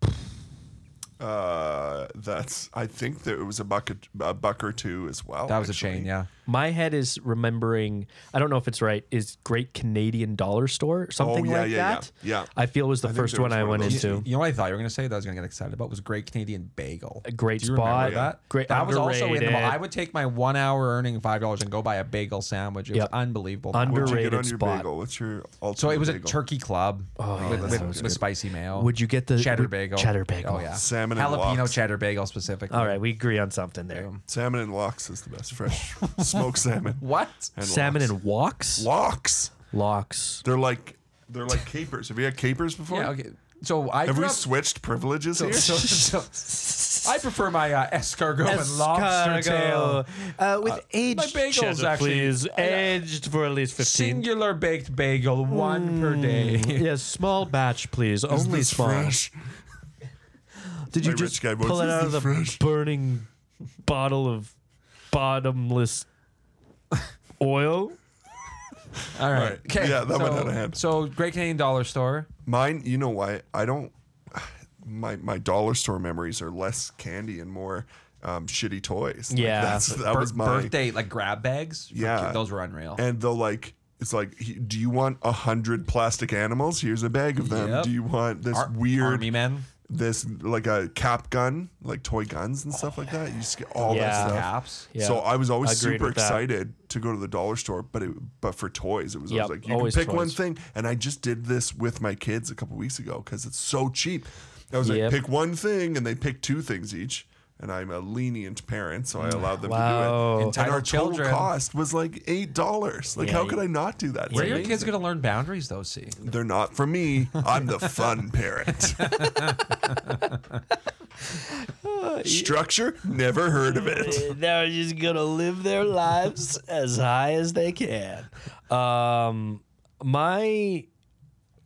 [SPEAKER 2] Uh, that's. I think that it was a bucket, a buck or two as well.
[SPEAKER 1] That was
[SPEAKER 2] actually.
[SPEAKER 1] a chain. Yeah.
[SPEAKER 3] My head is remembering. I don't know if it's right. Is Great Canadian Dollar Store something
[SPEAKER 2] Oh, yeah,
[SPEAKER 3] like
[SPEAKER 2] yeah, yeah,
[SPEAKER 3] that?
[SPEAKER 2] yeah.
[SPEAKER 3] I feel was the
[SPEAKER 2] think
[SPEAKER 3] first
[SPEAKER 2] there
[SPEAKER 3] one
[SPEAKER 2] was
[SPEAKER 3] I
[SPEAKER 2] one of
[SPEAKER 3] went
[SPEAKER 2] those.
[SPEAKER 3] into.
[SPEAKER 1] You know what I thought you were going to say that I was going to get excited about was Great Canadian Bagel.
[SPEAKER 3] A great
[SPEAKER 1] Do you remember
[SPEAKER 3] spot.
[SPEAKER 1] that?
[SPEAKER 3] Great.
[SPEAKER 1] that was also in the mall.
[SPEAKER 3] underrated-
[SPEAKER 1] I would take my one hour earning five dollars and go buy a bagel sandwich. It
[SPEAKER 3] Yep.
[SPEAKER 1] was unbelievable.
[SPEAKER 3] Under-
[SPEAKER 2] What'd you get
[SPEAKER 3] Underrated
[SPEAKER 2] on your
[SPEAKER 3] spot.
[SPEAKER 2] bagel? What's your ultimate?
[SPEAKER 1] so it was
[SPEAKER 2] bagel?
[SPEAKER 1] a turkey club with,
[SPEAKER 3] Oh, that
[SPEAKER 1] with-
[SPEAKER 3] sounds
[SPEAKER 1] with
[SPEAKER 3] good.
[SPEAKER 1] spicy mayo.
[SPEAKER 3] Would you get the
[SPEAKER 1] cheddar
[SPEAKER 3] would-
[SPEAKER 1] bagel?
[SPEAKER 3] Cheddar bagel.
[SPEAKER 1] Oh yeah.
[SPEAKER 2] Salmon and
[SPEAKER 1] Jalapeno
[SPEAKER 2] lox.
[SPEAKER 1] cheddar bagel specifically.
[SPEAKER 3] All right, we agree on something there.
[SPEAKER 2] Salmon and lox is the best.
[SPEAKER 1] <laughs>
[SPEAKER 2] Fresh smoked salmon.
[SPEAKER 1] What?
[SPEAKER 2] And
[SPEAKER 3] Salmon
[SPEAKER 2] lox.
[SPEAKER 3] and walks.
[SPEAKER 2] lox.
[SPEAKER 3] Locks.
[SPEAKER 2] They're like
[SPEAKER 1] <laughs>
[SPEAKER 2] they're like capers. Have you had capers before?
[SPEAKER 1] Yeah. Okay. So I
[SPEAKER 2] Have
[SPEAKER 1] grew
[SPEAKER 2] we
[SPEAKER 1] up-
[SPEAKER 2] switched privileges here?
[SPEAKER 1] so- so- I prefer my uh, escargot, and lobster tail.
[SPEAKER 3] Uh, with aged
[SPEAKER 1] bagels,
[SPEAKER 3] cheddar,
[SPEAKER 1] actually. Oh,
[SPEAKER 3] please.
[SPEAKER 1] I-
[SPEAKER 3] Aged for at least fifteen. Hmm.
[SPEAKER 1] Singular baked bagel, one per day.
[SPEAKER 3] yes, small batch,
[SPEAKER 2] Is
[SPEAKER 3] please. Only
[SPEAKER 2] this
[SPEAKER 3] small.
[SPEAKER 2] fresh?
[SPEAKER 3] Did you
[SPEAKER 2] My rich
[SPEAKER 3] just
[SPEAKER 2] guy voice,
[SPEAKER 3] pull it
[SPEAKER 2] "Is
[SPEAKER 3] out of the
[SPEAKER 2] this fresh?"
[SPEAKER 3] burning bottle of bottomless oil?
[SPEAKER 1] All right.
[SPEAKER 2] Right. Yeah, that went out of hand.
[SPEAKER 1] So, Great Canadian Dollar Store.
[SPEAKER 2] Mine, you know why? I don't. My my dollar store memories are less candy and more um, shitty toys. Like,
[SPEAKER 3] Yeah.
[SPEAKER 2] that's, that was
[SPEAKER 1] Bir-
[SPEAKER 2] my
[SPEAKER 1] birthday like grab bags.
[SPEAKER 2] Yeah.
[SPEAKER 1] those were unreal.
[SPEAKER 2] And the like It's like, he- do you want a hundred plastic animals? Here's a bag of them.
[SPEAKER 1] Yep.
[SPEAKER 2] Do you want this
[SPEAKER 1] Ar-
[SPEAKER 2] weird
[SPEAKER 1] army men.
[SPEAKER 2] this like a cap gun, like toy guns and stuff like
[SPEAKER 1] Oh,
[SPEAKER 2] that. You just get all
[SPEAKER 3] Yeah.
[SPEAKER 2] that stuff.
[SPEAKER 1] Caps.
[SPEAKER 3] Yeah.
[SPEAKER 2] So I was always
[SPEAKER 3] Agreed
[SPEAKER 2] super
[SPEAKER 3] with that.
[SPEAKER 2] excited to go to the dollar store, but it, but for toys, it was
[SPEAKER 3] Yep,
[SPEAKER 2] always like you
[SPEAKER 3] always
[SPEAKER 2] can pick
[SPEAKER 3] toys.
[SPEAKER 2] one thing. And I just did this with my kids a couple weeks ago because it's so cheap. I was
[SPEAKER 3] Yep.
[SPEAKER 2] like, pick one thing, and they pick two things each. And I'm a lenient parent, so I allowed them
[SPEAKER 3] Mm. Wow.
[SPEAKER 2] to do it. And our
[SPEAKER 1] Entitled children.
[SPEAKER 2] total cost was like eight dollars. Like,
[SPEAKER 3] Yeah,
[SPEAKER 2] how
[SPEAKER 3] you-
[SPEAKER 2] could I not do that? It's
[SPEAKER 1] Where are your kids
[SPEAKER 2] amazing.
[SPEAKER 1] going to learn boundaries, though, see?
[SPEAKER 2] They're not for me. I'm the fun
[SPEAKER 3] <laughs>
[SPEAKER 2] parent. Structure? Never heard of
[SPEAKER 3] <laughs>
[SPEAKER 2] it.
[SPEAKER 3] They're just gonna live their lives as high as they can. Um, my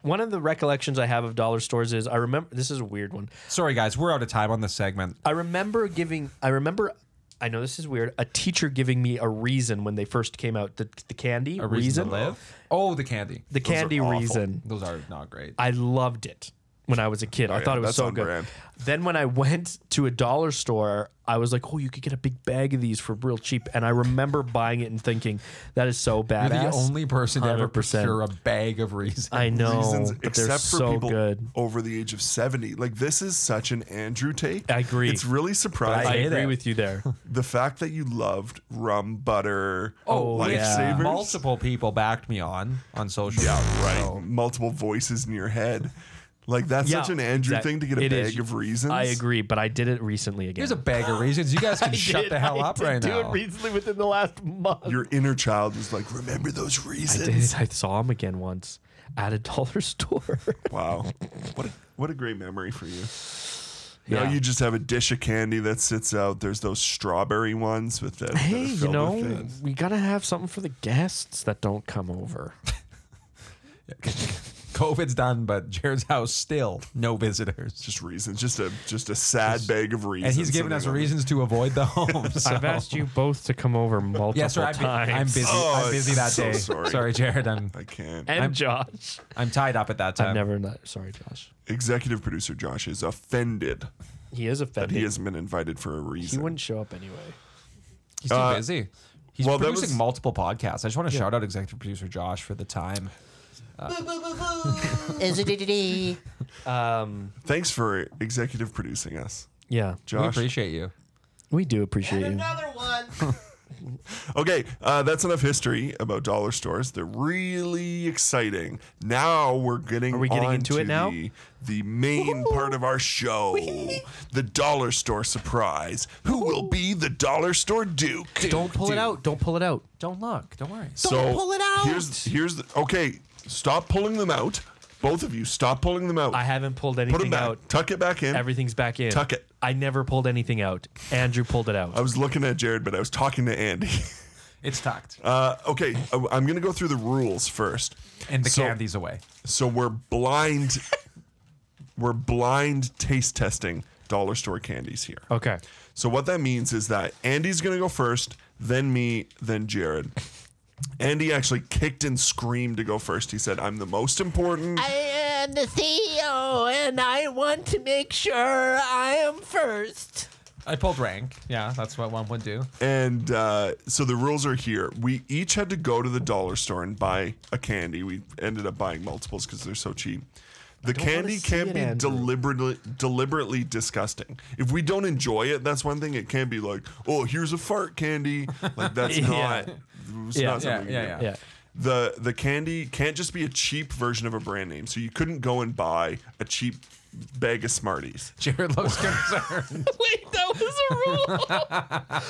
[SPEAKER 3] one of the recollections I have of dollar stores is I remember this is a weird one.
[SPEAKER 1] Sorry, guys, we're out of time on this segment.
[SPEAKER 3] I remember giving. I remember. I know this is weird. A teacher giving me a reason when they first came out. The, the candy
[SPEAKER 1] A reason, to live. Oh, the candy.
[SPEAKER 3] The
[SPEAKER 2] are
[SPEAKER 3] candy
[SPEAKER 2] awful.
[SPEAKER 3] reason.
[SPEAKER 1] Those are not great.
[SPEAKER 3] I loved it when I was a kid. I
[SPEAKER 2] Oh, yeah,
[SPEAKER 3] thought it was
[SPEAKER 2] that's
[SPEAKER 3] so
[SPEAKER 2] on
[SPEAKER 3] good.
[SPEAKER 2] brand.
[SPEAKER 3] Then when I went to a dollar store, I was like, "Oh, you could get a big bag of these for real cheap." And I remember buying it and thinking, "That is so badass."
[SPEAKER 1] You're the only person to ever
[SPEAKER 3] 100%.
[SPEAKER 1] procure a bag of reason.
[SPEAKER 3] I know,
[SPEAKER 2] Reasons,
[SPEAKER 3] but they're
[SPEAKER 2] except for
[SPEAKER 3] so
[SPEAKER 2] people
[SPEAKER 3] good.
[SPEAKER 2] over the age of 70. Like, this is such an Andrew take.
[SPEAKER 3] I agree.
[SPEAKER 2] It's really
[SPEAKER 3] I
[SPEAKER 1] hate
[SPEAKER 2] surprising.
[SPEAKER 3] agree
[SPEAKER 1] it.
[SPEAKER 3] with
[SPEAKER 2] <laughs>
[SPEAKER 3] you there.
[SPEAKER 2] The fact that you loved rum, butter,
[SPEAKER 3] Oh, yeah.
[SPEAKER 2] lifesavers.
[SPEAKER 1] Multiple people backed me on on social.
[SPEAKER 2] Yeah, right. Multiple voices in your head. Like, that's
[SPEAKER 3] Yeah,
[SPEAKER 2] such an Andrew
[SPEAKER 3] exact-
[SPEAKER 2] thing to get a
[SPEAKER 3] it
[SPEAKER 2] bag
[SPEAKER 3] is.
[SPEAKER 2] of reasons.
[SPEAKER 3] I agree, but I did it recently again.
[SPEAKER 1] Here's
[SPEAKER 3] <laughs>
[SPEAKER 1] a bag of reasons. You <laughs> guys can shut the hell up right
[SPEAKER 3] do
[SPEAKER 1] now.
[SPEAKER 3] it recently within the last month.
[SPEAKER 2] Your inner child was like, remember those
[SPEAKER 3] I <laughs>
[SPEAKER 2] reasons.
[SPEAKER 3] did. I saw him again once at a dollar <laughs> store.
[SPEAKER 2] Wow. What a, what a great memory for you.
[SPEAKER 3] Yeah.
[SPEAKER 2] Now you just have a dish of candy that sits out. There's those strawberry ones with the.
[SPEAKER 3] Hey, you know, we gotta have something for the guests that don't come over.
[SPEAKER 1] <laughs> COVID's done, but Jared's house still no visitors.
[SPEAKER 2] just reasons, just a just a sad bag of reasons.
[SPEAKER 1] And he's giving us
[SPEAKER 2] Something like-
[SPEAKER 1] reasons to avoid the home. So.
[SPEAKER 3] <laughs> I've asked you both to come <laughs> over multiple
[SPEAKER 1] Yeah, sir. I'm, bu- I'm
[SPEAKER 3] times.
[SPEAKER 1] busy.
[SPEAKER 2] Oh,
[SPEAKER 1] I'm busy that
[SPEAKER 2] so
[SPEAKER 1] day.
[SPEAKER 2] sorry.
[SPEAKER 1] Jared. I'm
[SPEAKER 2] I can't.
[SPEAKER 3] <laughs> And Josh.
[SPEAKER 1] I'm tied up at that
[SPEAKER 3] I've
[SPEAKER 1] time.
[SPEAKER 3] never not. Sorry, Josh.
[SPEAKER 2] Executive producer Josh is offended
[SPEAKER 3] He is
[SPEAKER 2] that
[SPEAKER 3] offended.
[SPEAKER 2] he hasn't been invited for a
[SPEAKER 3] He
[SPEAKER 2] reason.
[SPEAKER 3] wouldn't show up anyway.
[SPEAKER 1] He's too
[SPEAKER 2] Uh,
[SPEAKER 1] busy. He's
[SPEAKER 2] well, that
[SPEAKER 1] producing
[SPEAKER 2] was-
[SPEAKER 1] multiple podcasts. I just want to shout out executive producer Josh for the time.
[SPEAKER 3] Um,
[SPEAKER 2] Thanks for executive producing us,
[SPEAKER 3] yeah,
[SPEAKER 1] We
[SPEAKER 2] Josh.
[SPEAKER 1] appreciate you.
[SPEAKER 3] we do appreciate you.
[SPEAKER 4] <laughs>
[SPEAKER 2] Okay, uh, that's enough history about dollar stores. They're really exciting. Now we're getting
[SPEAKER 3] Are we getting
[SPEAKER 2] on
[SPEAKER 3] into
[SPEAKER 2] to
[SPEAKER 3] it now?
[SPEAKER 2] The, the main part of our show, the dollar store surprise. Who will be the dollar store duke?
[SPEAKER 3] Don't pull it out. Don't pull it out.
[SPEAKER 1] Don't look. Don't worry.
[SPEAKER 2] So pull it out. Here's here's the, okay. Stop pulling them out, both of you. Stop pulling them out.
[SPEAKER 3] I haven't pulled
[SPEAKER 2] Put them
[SPEAKER 3] anything
[SPEAKER 2] back.
[SPEAKER 3] out.
[SPEAKER 2] Tuck it back in.
[SPEAKER 3] Everything's back in.
[SPEAKER 2] Tuck it.
[SPEAKER 3] I never pulled anything out. Andrew pulled it out.
[SPEAKER 2] I was looking at Jared, but I was talking to Andy. <laughs>
[SPEAKER 1] It's tucked.
[SPEAKER 2] Uh, okay, I- I'm gonna go through the rules first.
[SPEAKER 1] and the
[SPEAKER 2] so-
[SPEAKER 1] candy's away.
[SPEAKER 2] So we're blind. <laughs> we're blind taste testing dollar store candies here.
[SPEAKER 3] Okay.
[SPEAKER 2] So what that means is that Andy's gonna go first, then me, then Jared. Andy actually kicked and screamed to go first. He said, "I'm the most important."
[SPEAKER 6] I am the CEO, and I want to make sure I am first.
[SPEAKER 1] I pulled rank. Yeah, that's what one would do. <laughs>
[SPEAKER 2] And uh, so the rules are here. We each had to go to the dollar store and buy a candy. We ended up buying multiples because they're so cheap. The candy
[SPEAKER 3] see
[SPEAKER 2] can
[SPEAKER 3] it,
[SPEAKER 2] be
[SPEAKER 3] Andrew.
[SPEAKER 2] deliberately deliberately disgusting. If we don't enjoy it, that's one thing. It can be like, oh, here's a fart candy. Like
[SPEAKER 3] <laughs>
[SPEAKER 2] that's
[SPEAKER 3] Yeah.
[SPEAKER 2] not. It's
[SPEAKER 3] Yeah,
[SPEAKER 2] not something.
[SPEAKER 1] yeah,
[SPEAKER 2] you
[SPEAKER 1] yeah,
[SPEAKER 2] do.
[SPEAKER 3] Yeah.
[SPEAKER 2] The the candy can't just be a cheap version of a brand name. So you couldn't go and buy a cheap bag of Smarties.
[SPEAKER 1] Jared
[SPEAKER 3] <laughs>
[SPEAKER 1] looks concerned.
[SPEAKER 3] <laughs> Wait, that was a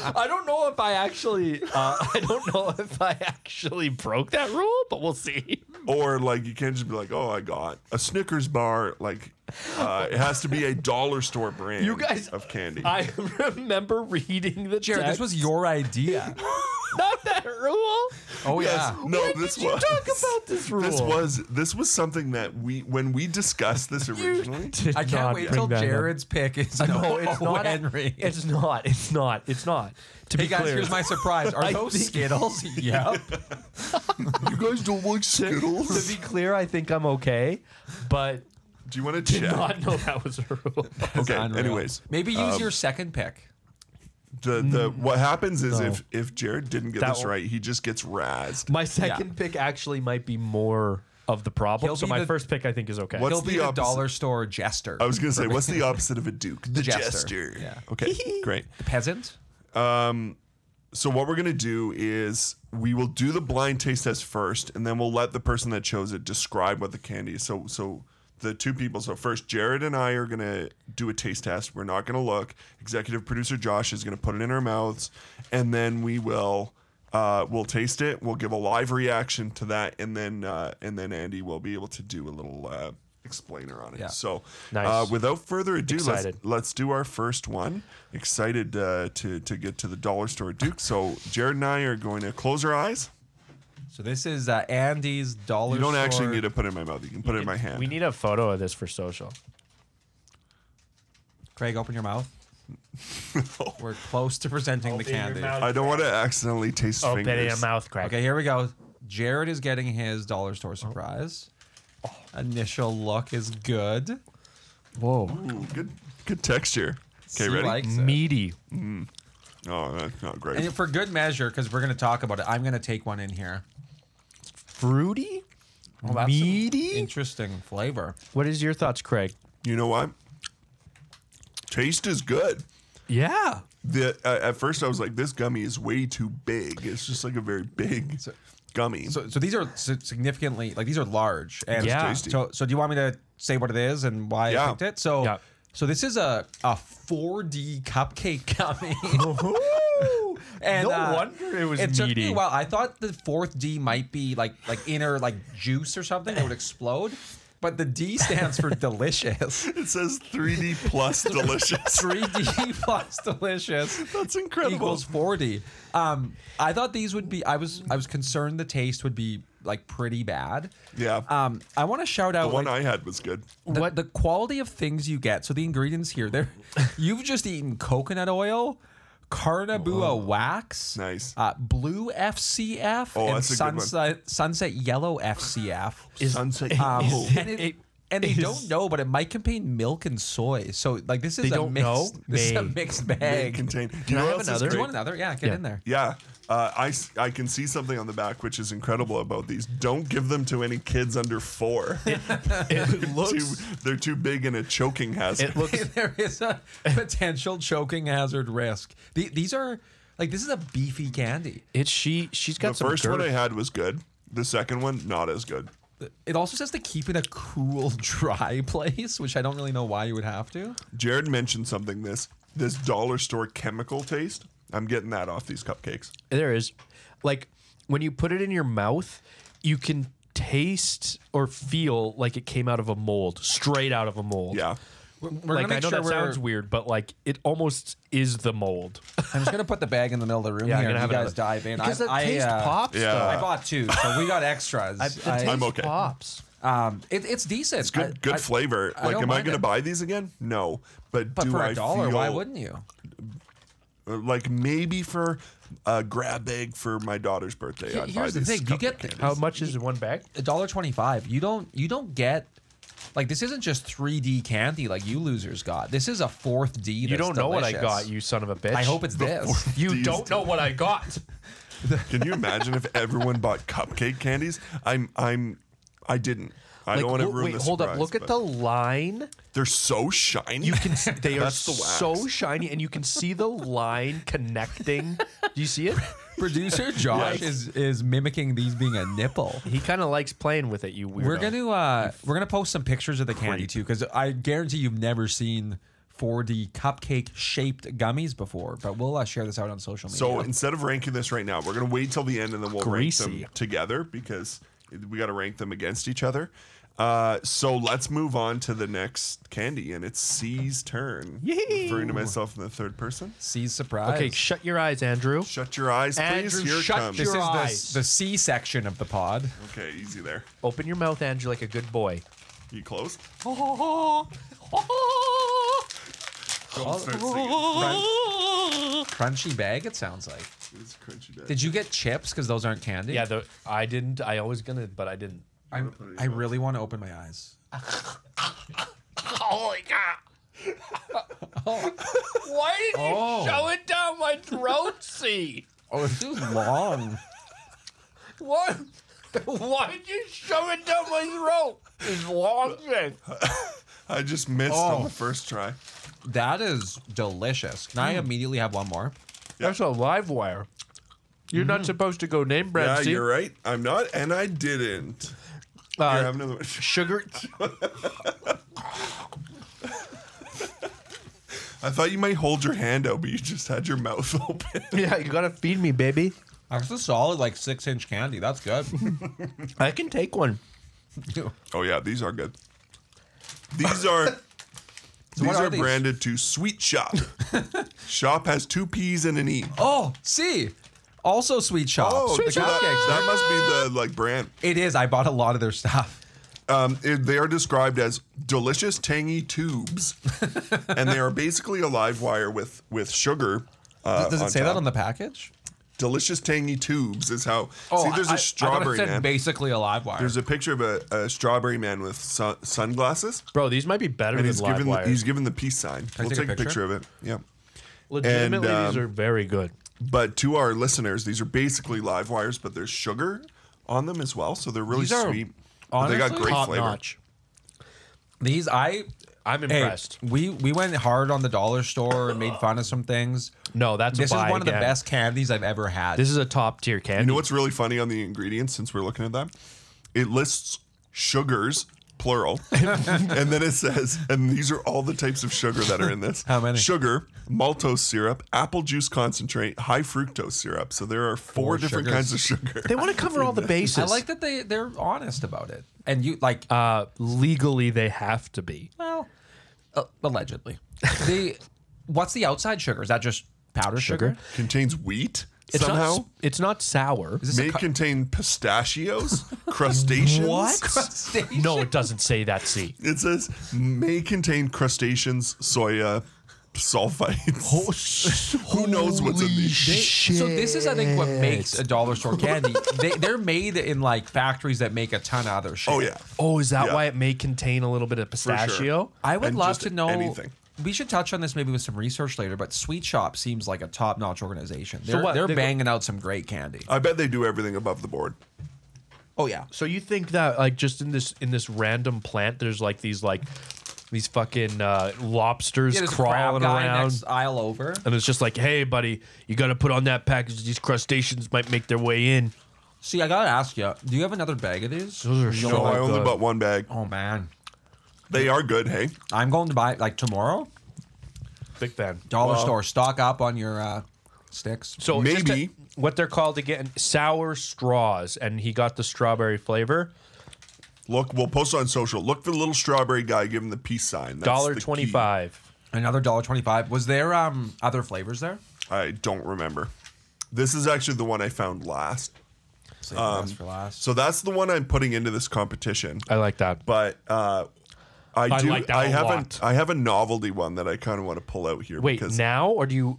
[SPEAKER 3] rule. I don't know if I actually, uh, I don't know if I actually broke that rule, but we'll see.
[SPEAKER 2] or like you can't just be like, oh, I got a Snickers bar. Like uh, it has to be a dollar store brand.
[SPEAKER 3] You guys-
[SPEAKER 2] of candy.
[SPEAKER 3] <laughs> I remember reading the
[SPEAKER 1] Jared, this
[SPEAKER 3] text.
[SPEAKER 1] was your idea.
[SPEAKER 3] <laughs> not that rule.
[SPEAKER 1] Oh
[SPEAKER 2] Yes.
[SPEAKER 1] yeah.
[SPEAKER 2] No, this was.
[SPEAKER 3] Talk about <laughs> this rule.
[SPEAKER 2] This was this was something that we when we discussed this
[SPEAKER 3] <laughs>
[SPEAKER 2] originally.
[SPEAKER 1] I can't wait till Jared's pick is no, <laughs>
[SPEAKER 3] No, it's not.
[SPEAKER 1] Oh, Henry.
[SPEAKER 3] It's not. It's not. It's not. To
[SPEAKER 1] hey
[SPEAKER 3] be
[SPEAKER 1] guys,
[SPEAKER 3] clear,
[SPEAKER 1] here's my surprise.
[SPEAKER 2] <laughs>
[SPEAKER 1] Are those Skittles? yep.
[SPEAKER 2] you guys don't
[SPEAKER 3] <laughs>
[SPEAKER 2] like
[SPEAKER 3] to
[SPEAKER 2] Skittles.
[SPEAKER 3] be clear, I think I'm okay, but
[SPEAKER 2] Do you want to
[SPEAKER 3] did
[SPEAKER 2] check?
[SPEAKER 3] not know that was a rule.
[SPEAKER 2] okay.
[SPEAKER 1] Unreal.
[SPEAKER 2] Anyways, um,
[SPEAKER 1] maybe use your second pick.
[SPEAKER 2] The the what happens is if if Jared didn't get
[SPEAKER 3] Mm, That
[SPEAKER 2] this
[SPEAKER 3] will-
[SPEAKER 2] right, he just gets razzed.
[SPEAKER 3] My second pick actually might be more of the problem.
[SPEAKER 1] He'll
[SPEAKER 3] so
[SPEAKER 1] be
[SPEAKER 3] my
[SPEAKER 1] the-
[SPEAKER 3] first pick I think is okay.
[SPEAKER 2] What's
[SPEAKER 1] He'll be
[SPEAKER 2] the
[SPEAKER 1] a
[SPEAKER 2] opposite?
[SPEAKER 1] dollar store jester.
[SPEAKER 2] I was gonna say,
[SPEAKER 3] <laughs>
[SPEAKER 2] what's the opposite of a duke? The,
[SPEAKER 1] jester.
[SPEAKER 2] jester.
[SPEAKER 1] Yeah.
[SPEAKER 2] Okay, great.
[SPEAKER 1] peasant.
[SPEAKER 2] So what we're gonna do is we will do the blind taste test first, and then we'll let the person that chose it describe what the candy is. So so the two people. So first, Jared and I are gonna do a taste test. We're not gonna look. Executive producer Josh is gonna put it in our mouths, and then we will uh, we'll taste it. We'll give a live reaction to that, and then uh, and then Andy will be able to do a little uh, explainer on it.
[SPEAKER 1] Yeah.
[SPEAKER 2] So uh,
[SPEAKER 3] Nice.
[SPEAKER 2] without further ado, let's,
[SPEAKER 3] Excited.
[SPEAKER 2] let's do our first one. Excited uh, to to get to the dollar store Duke. So Jared and I are going to close our eyes.
[SPEAKER 1] So this is uh, Andy's dollar.
[SPEAKER 2] You don't
[SPEAKER 1] store.
[SPEAKER 2] actually need to put it in my mouth. You can put it in my hand.
[SPEAKER 3] We need a photo of this for social.
[SPEAKER 1] Craig, open your
[SPEAKER 2] <laughs>
[SPEAKER 1] mouth. We're close to presenting the candy.
[SPEAKER 2] I don't want to accidentally taste
[SPEAKER 3] Open
[SPEAKER 2] fingers.
[SPEAKER 3] your Oh, mouth, Craig.
[SPEAKER 1] Okay, here we go. Jared is getting his dollar store
[SPEAKER 2] Oh.
[SPEAKER 1] surprise. Initial look is good.
[SPEAKER 3] Whoa.
[SPEAKER 2] Ooh, good good texture. Okay,
[SPEAKER 1] He
[SPEAKER 2] ready?
[SPEAKER 1] likes it.
[SPEAKER 3] Meaty.
[SPEAKER 2] oh, that's not great.
[SPEAKER 1] And for good measure, because we're going to talk about it, I'm going to take one in here.
[SPEAKER 3] Fruity?
[SPEAKER 1] that's some
[SPEAKER 3] Meaty?
[SPEAKER 1] Interesting flavor.
[SPEAKER 3] What is your thoughts, Craig?
[SPEAKER 2] you know what? Taste is good.
[SPEAKER 3] Yeah.
[SPEAKER 2] The uh, at first I was like, this gummy is way too big. It's just like a very big gummy.
[SPEAKER 1] So, so these are si- significantly like these are large and
[SPEAKER 3] Yeah.
[SPEAKER 2] Tasty.
[SPEAKER 1] So, so do you want me to say what it is and why I
[SPEAKER 2] Yeah.
[SPEAKER 1] picked it? So,
[SPEAKER 3] Yeah.
[SPEAKER 1] so this is a a 4D cupcake gummy. <laughs> and,
[SPEAKER 3] No
[SPEAKER 1] uh,
[SPEAKER 3] wonder it was
[SPEAKER 1] It took me
[SPEAKER 3] meaty.
[SPEAKER 1] a while. I thought the fourth D might be like like inner like juice or something that would explode, but the D stands for <laughs> delicious.
[SPEAKER 2] <laughs> it says 3D
[SPEAKER 1] <laughs>
[SPEAKER 2] plus delicious.
[SPEAKER 1] 3D plus delicious
[SPEAKER 2] That's incredible.
[SPEAKER 1] equals 40. Um, I thought these would be. I was I was concerned the taste would be like pretty bad.
[SPEAKER 2] Yeah.
[SPEAKER 1] Um, I want to shout out
[SPEAKER 2] the one
[SPEAKER 1] like,
[SPEAKER 2] I had was good.
[SPEAKER 1] the, the quality of things you get. So the ingredients here, there, <laughs> you've just eaten coconut oil, Carnabua wax,
[SPEAKER 2] Oh. Nice.
[SPEAKER 1] uh, blue FCF,
[SPEAKER 2] Oh,
[SPEAKER 1] and
[SPEAKER 2] that's a good one.
[SPEAKER 1] sunset sunset yellow FCF.
[SPEAKER 2] Sunset.
[SPEAKER 1] Um,
[SPEAKER 2] Yellow.
[SPEAKER 1] and it, and they don't know, but it might contain milk and soy. So like this is a
[SPEAKER 3] don't
[SPEAKER 1] mixed,
[SPEAKER 3] know?
[SPEAKER 1] this is a
[SPEAKER 3] May.
[SPEAKER 1] mixed
[SPEAKER 2] They
[SPEAKER 1] bag.
[SPEAKER 2] contain. Can
[SPEAKER 3] I have another?
[SPEAKER 1] Do you want another? Yeah, get in there.
[SPEAKER 2] Yeah. Uh, I, s- I can see something on the back which is incredible about these. Don't give them to any kids under four.
[SPEAKER 3] <laughs> It
[SPEAKER 2] Too- they're too big and a choking hazard.
[SPEAKER 1] <laughs>
[SPEAKER 3] it looks
[SPEAKER 1] there is a potential choking hazard risk. The, these are like this is a beefy candy.
[SPEAKER 3] it's she she's got
[SPEAKER 2] the
[SPEAKER 3] some
[SPEAKER 2] first one I
[SPEAKER 3] girth.
[SPEAKER 2] had was good. The second one, not as good.
[SPEAKER 1] It also says to keep in a cool, <laughs> dry place, which I don't really know why you would have to.
[SPEAKER 2] Jared mentioned something this this dollar store chemical taste. I'm getting that off these cupcakes.
[SPEAKER 3] There is. Like when you put it in your mouth, you can taste or feel like it came out of a mold, straight out of a mold.
[SPEAKER 2] Yeah.
[SPEAKER 1] We're, we're
[SPEAKER 3] like I know that
[SPEAKER 1] we're-
[SPEAKER 3] sounds weird, but like it almost is the mold.
[SPEAKER 1] I'm just gonna put the bag in the middle of the <laughs> room
[SPEAKER 3] Yeah, I'm
[SPEAKER 1] here.
[SPEAKER 3] gonna
[SPEAKER 1] and
[SPEAKER 3] have
[SPEAKER 1] you guys
[SPEAKER 3] another.
[SPEAKER 1] dive in.
[SPEAKER 3] Because
[SPEAKER 1] I,
[SPEAKER 3] the
[SPEAKER 1] I,
[SPEAKER 3] taste
[SPEAKER 1] uh,
[SPEAKER 3] pops.
[SPEAKER 2] Yeah.
[SPEAKER 1] I bought two, so we got <laughs> extras.
[SPEAKER 3] I, the taste
[SPEAKER 2] okay.
[SPEAKER 3] pops.
[SPEAKER 1] um, it, it's decent.
[SPEAKER 2] It's good good flavor. like,
[SPEAKER 1] don't
[SPEAKER 2] am I
[SPEAKER 1] mind
[SPEAKER 2] going
[SPEAKER 1] it.
[SPEAKER 2] to buy these again? No. But,
[SPEAKER 1] But
[SPEAKER 2] do
[SPEAKER 1] for
[SPEAKER 2] I
[SPEAKER 1] a dollar,
[SPEAKER 2] feel
[SPEAKER 1] why wouldn't you?
[SPEAKER 2] uh, like maybe for a grab bag for my daughter's birthday. I'd buy
[SPEAKER 1] Here's the
[SPEAKER 2] these
[SPEAKER 1] thing: you get
[SPEAKER 2] cupcake
[SPEAKER 1] the,
[SPEAKER 3] How much is one bag?
[SPEAKER 1] a dollar twenty five. You don't you don't get like this isn't just three D candy like you losers got. This is a fourth D.
[SPEAKER 3] You don't know what I got, you son of a bitch.
[SPEAKER 1] I hope it's this.
[SPEAKER 3] You
[SPEAKER 2] These
[SPEAKER 3] don't know what I got.
[SPEAKER 2] Can you imagine if everyone bought cupcake candies? I'm I'm I didn't. I don't want to ruin
[SPEAKER 3] wait,
[SPEAKER 2] the
[SPEAKER 3] hold up.
[SPEAKER 2] surprise,
[SPEAKER 3] Look at
[SPEAKER 2] but
[SPEAKER 3] the line.
[SPEAKER 2] They're so shiny.
[SPEAKER 3] You can. <laughs> s- They are
[SPEAKER 2] That's the wax.
[SPEAKER 3] so shiny, and you can see the <laughs> line connecting. Do you see it?
[SPEAKER 1] <laughs> Producer Josh
[SPEAKER 2] Yes.
[SPEAKER 1] is is mimicking these being a nipple.
[SPEAKER 3] He kind of likes playing with it. You weirdo.
[SPEAKER 1] We're gonna uh, we're gonna post some pictures of the candy too, because I guarantee you've never seen 4D cupcake shaped gummies before. But we'll uh, share this out on social media.
[SPEAKER 2] so instead of ranking this right now, we're gonna wait till the end and then we'll rank
[SPEAKER 3] Greasy.
[SPEAKER 2] them together because we gotta rank them against each other. Uh, so let's move on to the next candy, and it's C's turn.
[SPEAKER 3] Yee.
[SPEAKER 2] Referring to myself in the third person.
[SPEAKER 1] C's surprise.
[SPEAKER 3] Okay, shut your eyes, Andrew.
[SPEAKER 2] Shut your eyes, please.
[SPEAKER 3] Andrew,
[SPEAKER 2] Here it
[SPEAKER 3] shut
[SPEAKER 2] comes.
[SPEAKER 1] this
[SPEAKER 3] your
[SPEAKER 1] is
[SPEAKER 3] eyes.
[SPEAKER 1] the the C section of the pod.
[SPEAKER 2] okay, easy there.
[SPEAKER 3] Open your mouth, Andrew, like a good boy.
[SPEAKER 2] You close.
[SPEAKER 1] Oh.
[SPEAKER 2] Don't start singing.
[SPEAKER 1] Crunchy bag. It sounds like.
[SPEAKER 2] It's crunchy bag.
[SPEAKER 1] Did you get chips? Because those aren't candy.
[SPEAKER 3] Yeah, the, I didn't. I always gonna, but I didn't.
[SPEAKER 1] I I really want to open my eyes.
[SPEAKER 3] <laughs>
[SPEAKER 6] Holy cow.
[SPEAKER 3] Oh. Why did you show it down my throat, C?
[SPEAKER 1] Oh, it's too long.
[SPEAKER 3] What? <laughs> Why did you shove it down my throat? It's long then.
[SPEAKER 2] I just missed on
[SPEAKER 1] Oh.
[SPEAKER 2] the first try.
[SPEAKER 1] That is delicious. Can I
[SPEAKER 2] Hmm.
[SPEAKER 1] immediately have one more?
[SPEAKER 3] That's a live wire. You're not supposed to go name brand
[SPEAKER 2] Yeah,
[SPEAKER 3] C.
[SPEAKER 2] you're right. I'm not, and I didn't.
[SPEAKER 3] Uh,
[SPEAKER 1] Uh,
[SPEAKER 2] Here, have another <laughs> one.
[SPEAKER 1] <laughs>
[SPEAKER 3] Sugar.
[SPEAKER 2] I thought you might hold your hand out, but you just had your mouth <laughs> open.
[SPEAKER 3] yeah, you gotta feed me, baby.
[SPEAKER 1] That's a solid like six inch candy. That's good. <laughs>
[SPEAKER 3] I can take one.
[SPEAKER 2] Oh yeah, these are good. These
[SPEAKER 1] <laughs>
[SPEAKER 2] are these
[SPEAKER 1] what
[SPEAKER 2] are,
[SPEAKER 1] are these?
[SPEAKER 2] branded to
[SPEAKER 1] <laughs>
[SPEAKER 2] Sweet Shop. Shop has two P's and an E.
[SPEAKER 1] oh, see, also
[SPEAKER 2] Oh,
[SPEAKER 1] Oh, sweet shop. the
[SPEAKER 2] so that,
[SPEAKER 1] cupcakes.
[SPEAKER 2] that must be the like brand.
[SPEAKER 1] It is. I bought a lot of their stuff.
[SPEAKER 2] Um, it- they are described as delicious, tangy tubes, and they are basically a live wire with with sugar. Uh,
[SPEAKER 1] Does it say that
[SPEAKER 2] top.
[SPEAKER 1] on the package? Oh,
[SPEAKER 2] delicious, tangy tubes? Is how. see, there's
[SPEAKER 1] a
[SPEAKER 2] a strawberry man.
[SPEAKER 1] basically a live wire.
[SPEAKER 2] There's a picture of a, a strawberry man with sun- sunglasses,
[SPEAKER 3] Bro, these might be better
[SPEAKER 2] and
[SPEAKER 3] than
[SPEAKER 2] he's
[SPEAKER 3] live
[SPEAKER 2] given the,
[SPEAKER 3] wires.
[SPEAKER 2] he's given the peace sign. we'll
[SPEAKER 1] take a
[SPEAKER 2] take a picture
[SPEAKER 1] picture?
[SPEAKER 2] of it. Yeah.
[SPEAKER 3] Legitimately,
[SPEAKER 2] and,
[SPEAKER 3] these
[SPEAKER 2] um,
[SPEAKER 3] are very good.
[SPEAKER 2] But to our listeners, these are basically live wires, but there's sugar on them as well, so they're really
[SPEAKER 3] These are
[SPEAKER 2] sweet. But they got
[SPEAKER 1] honestly
[SPEAKER 2] great
[SPEAKER 3] Top
[SPEAKER 2] flavor.
[SPEAKER 3] notch.
[SPEAKER 1] These I
[SPEAKER 3] I'm
[SPEAKER 1] hey,
[SPEAKER 3] impressed.
[SPEAKER 1] we we went hard on the dollar store and made fun of some things.
[SPEAKER 3] <gasps> No, that's a
[SPEAKER 1] this is
[SPEAKER 3] buy
[SPEAKER 1] one of the
[SPEAKER 3] again.
[SPEAKER 1] best candies I've ever had.
[SPEAKER 3] This is a top tier candy.
[SPEAKER 2] You know what's really funny on the ingredients since we're looking at that? It lists sugars, plural, <laughs> and then it says, and these are all the types of sugar that are in this.
[SPEAKER 1] <laughs> How many?
[SPEAKER 2] Sugar, maltose syrup, apple juice concentrate, high fructose syrup. So there are four,
[SPEAKER 1] Four
[SPEAKER 2] different
[SPEAKER 1] sugars.
[SPEAKER 2] kinds of sugar.
[SPEAKER 3] They want to cover
[SPEAKER 2] <laughs>
[SPEAKER 3] all the bases.
[SPEAKER 1] I like that they they're honest about it. And you like
[SPEAKER 3] Uh, legally, they have to be.
[SPEAKER 1] well uh,
[SPEAKER 3] <laughs>
[SPEAKER 1] allegedly. The what's the outside sugar? Is that just powder sugar?
[SPEAKER 2] Contains wheat
[SPEAKER 3] It's
[SPEAKER 2] somehow.
[SPEAKER 3] not. It's not sour.
[SPEAKER 1] Is this
[SPEAKER 2] May
[SPEAKER 1] a cu-
[SPEAKER 2] contain pistachios, <laughs> crustaceans.
[SPEAKER 1] crustacean?
[SPEAKER 3] <laughs> No, it doesn't say that. C.
[SPEAKER 2] It says may contain crustaceans, soya, sulfites. <laughs> Who knows what's in these?
[SPEAKER 1] They- so this is, I think, what makes a dollar store candy. they, they're made in like factories that make a ton of other shit.
[SPEAKER 2] oh yeah,
[SPEAKER 3] Oh, is that
[SPEAKER 2] Yeah.
[SPEAKER 3] why it may contain a little bit of
[SPEAKER 2] sure.
[SPEAKER 3] pistachio?
[SPEAKER 1] I would
[SPEAKER 2] and
[SPEAKER 1] love
[SPEAKER 2] just
[SPEAKER 1] to know.
[SPEAKER 2] anything.
[SPEAKER 1] We should touch on this maybe with some research later, but Sweet Shop seems like a top-notch organization. They're,
[SPEAKER 3] what,
[SPEAKER 1] they're
[SPEAKER 3] they go-
[SPEAKER 1] banging out some great candy.
[SPEAKER 2] I bet they do everything above the board.
[SPEAKER 1] Oh yeah,
[SPEAKER 3] So you think that like just in this in this random plant, there's like these like these fucking uh, lobsters
[SPEAKER 1] yeah there's a crab
[SPEAKER 3] crawling
[SPEAKER 1] guy
[SPEAKER 3] around, Uh,
[SPEAKER 1] next aisle over.
[SPEAKER 3] and it's just like, hey, buddy, you got to put on that package. These crustaceans might make their way in.
[SPEAKER 1] See, I gotta ask you, do you have another bag of these?
[SPEAKER 3] Those are
[SPEAKER 2] No,
[SPEAKER 3] so
[SPEAKER 2] I only
[SPEAKER 3] good.
[SPEAKER 2] bought one bag.
[SPEAKER 1] oh man,
[SPEAKER 2] They are good. Hey,
[SPEAKER 1] I'm going to buy like tomorrow.
[SPEAKER 3] Big fan.
[SPEAKER 1] Dollar store, stock up on your uh, sticks.
[SPEAKER 3] So it's just
[SPEAKER 2] Maybe.
[SPEAKER 3] a- what they're called again, sour straws, and he got the strawberry flavor.
[SPEAKER 2] look, we'll post on social. Look for the little strawberry guy. Give him the peace sign. That's
[SPEAKER 3] Dollar
[SPEAKER 2] the key.
[SPEAKER 3] twenty five.
[SPEAKER 1] Another dollar twenty-five. Was there um other flavors there?
[SPEAKER 2] I don't remember. This is actually the one I found last.
[SPEAKER 1] Save the best for last.
[SPEAKER 2] Um, So that's the one I'm putting into this competition.
[SPEAKER 3] I like that.
[SPEAKER 2] but uh, I,
[SPEAKER 3] I
[SPEAKER 2] do.
[SPEAKER 3] like that
[SPEAKER 2] I
[SPEAKER 3] a
[SPEAKER 2] have
[SPEAKER 3] lot.
[SPEAKER 2] a I have a novelty one that I kind of want to pull out here
[SPEAKER 3] Wait,
[SPEAKER 2] because
[SPEAKER 3] now or do you?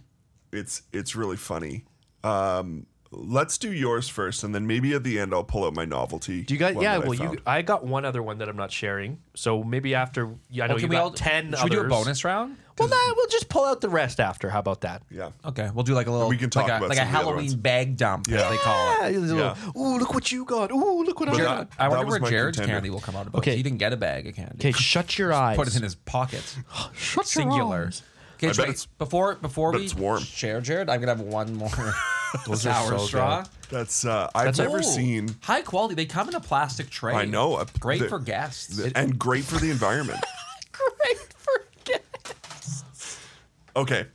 [SPEAKER 2] it's it's really funny. Um, let's do yours first, and then maybe at the end I'll pull out my novelty.
[SPEAKER 3] Do you got?
[SPEAKER 2] one
[SPEAKER 3] Yeah.
[SPEAKER 2] that I
[SPEAKER 3] Well, you.
[SPEAKER 2] found.
[SPEAKER 3] I got one other one that I'm not sharing. So maybe after yeah, I know
[SPEAKER 1] Well,
[SPEAKER 3] you
[SPEAKER 1] Oh, can we
[SPEAKER 3] got
[SPEAKER 1] all-
[SPEAKER 3] ten.
[SPEAKER 1] Should we do a
[SPEAKER 3] others.
[SPEAKER 1] bonus round?
[SPEAKER 3] Well, nah, we'll just pull out the rest after. How about that?
[SPEAKER 2] Yeah.
[SPEAKER 1] Okay, we'll do like a little.
[SPEAKER 2] We can talk
[SPEAKER 1] like a,
[SPEAKER 2] about
[SPEAKER 1] like a
[SPEAKER 2] some of the other
[SPEAKER 1] Halloween
[SPEAKER 2] ones.
[SPEAKER 1] bag dump. Yeah, they call it.
[SPEAKER 3] Ah, there's a
[SPEAKER 2] Yeah.
[SPEAKER 3] little, Ooh, look what you got. Ooh, look what I
[SPEAKER 2] But uh,
[SPEAKER 3] got.
[SPEAKER 2] that-
[SPEAKER 1] I
[SPEAKER 2] that
[SPEAKER 1] wonder
[SPEAKER 2] was
[SPEAKER 1] where
[SPEAKER 2] my
[SPEAKER 1] Jared's
[SPEAKER 2] contender.
[SPEAKER 1] candy will come out about.
[SPEAKER 3] Okay.
[SPEAKER 1] Okay, he didn't get a bag of candy.
[SPEAKER 3] Okay, shut
[SPEAKER 2] <laughs>
[SPEAKER 3] your eyes.
[SPEAKER 1] put it in his pockets.
[SPEAKER 3] Shut your
[SPEAKER 1] Singular.
[SPEAKER 3] eyes.
[SPEAKER 1] Okay,
[SPEAKER 2] bet
[SPEAKER 1] wait,
[SPEAKER 2] it's-
[SPEAKER 1] before before
[SPEAKER 2] bet
[SPEAKER 1] we
[SPEAKER 2] it's warm.
[SPEAKER 1] share Jared, I'm gonna have one
[SPEAKER 2] <laughs>
[SPEAKER 1] more <laughs>
[SPEAKER 3] Those are so
[SPEAKER 1] sour
[SPEAKER 3] good.
[SPEAKER 1] straw.
[SPEAKER 2] That's uh, I've
[SPEAKER 3] That's a-
[SPEAKER 2] never
[SPEAKER 1] Ooh,
[SPEAKER 2] seen
[SPEAKER 1] high quality. They come in a plastic tray.
[SPEAKER 2] I know, uh,
[SPEAKER 1] Great
[SPEAKER 2] the-
[SPEAKER 1] for guests.
[SPEAKER 2] and great for the
[SPEAKER 3] <laughs>
[SPEAKER 2] environment. okay.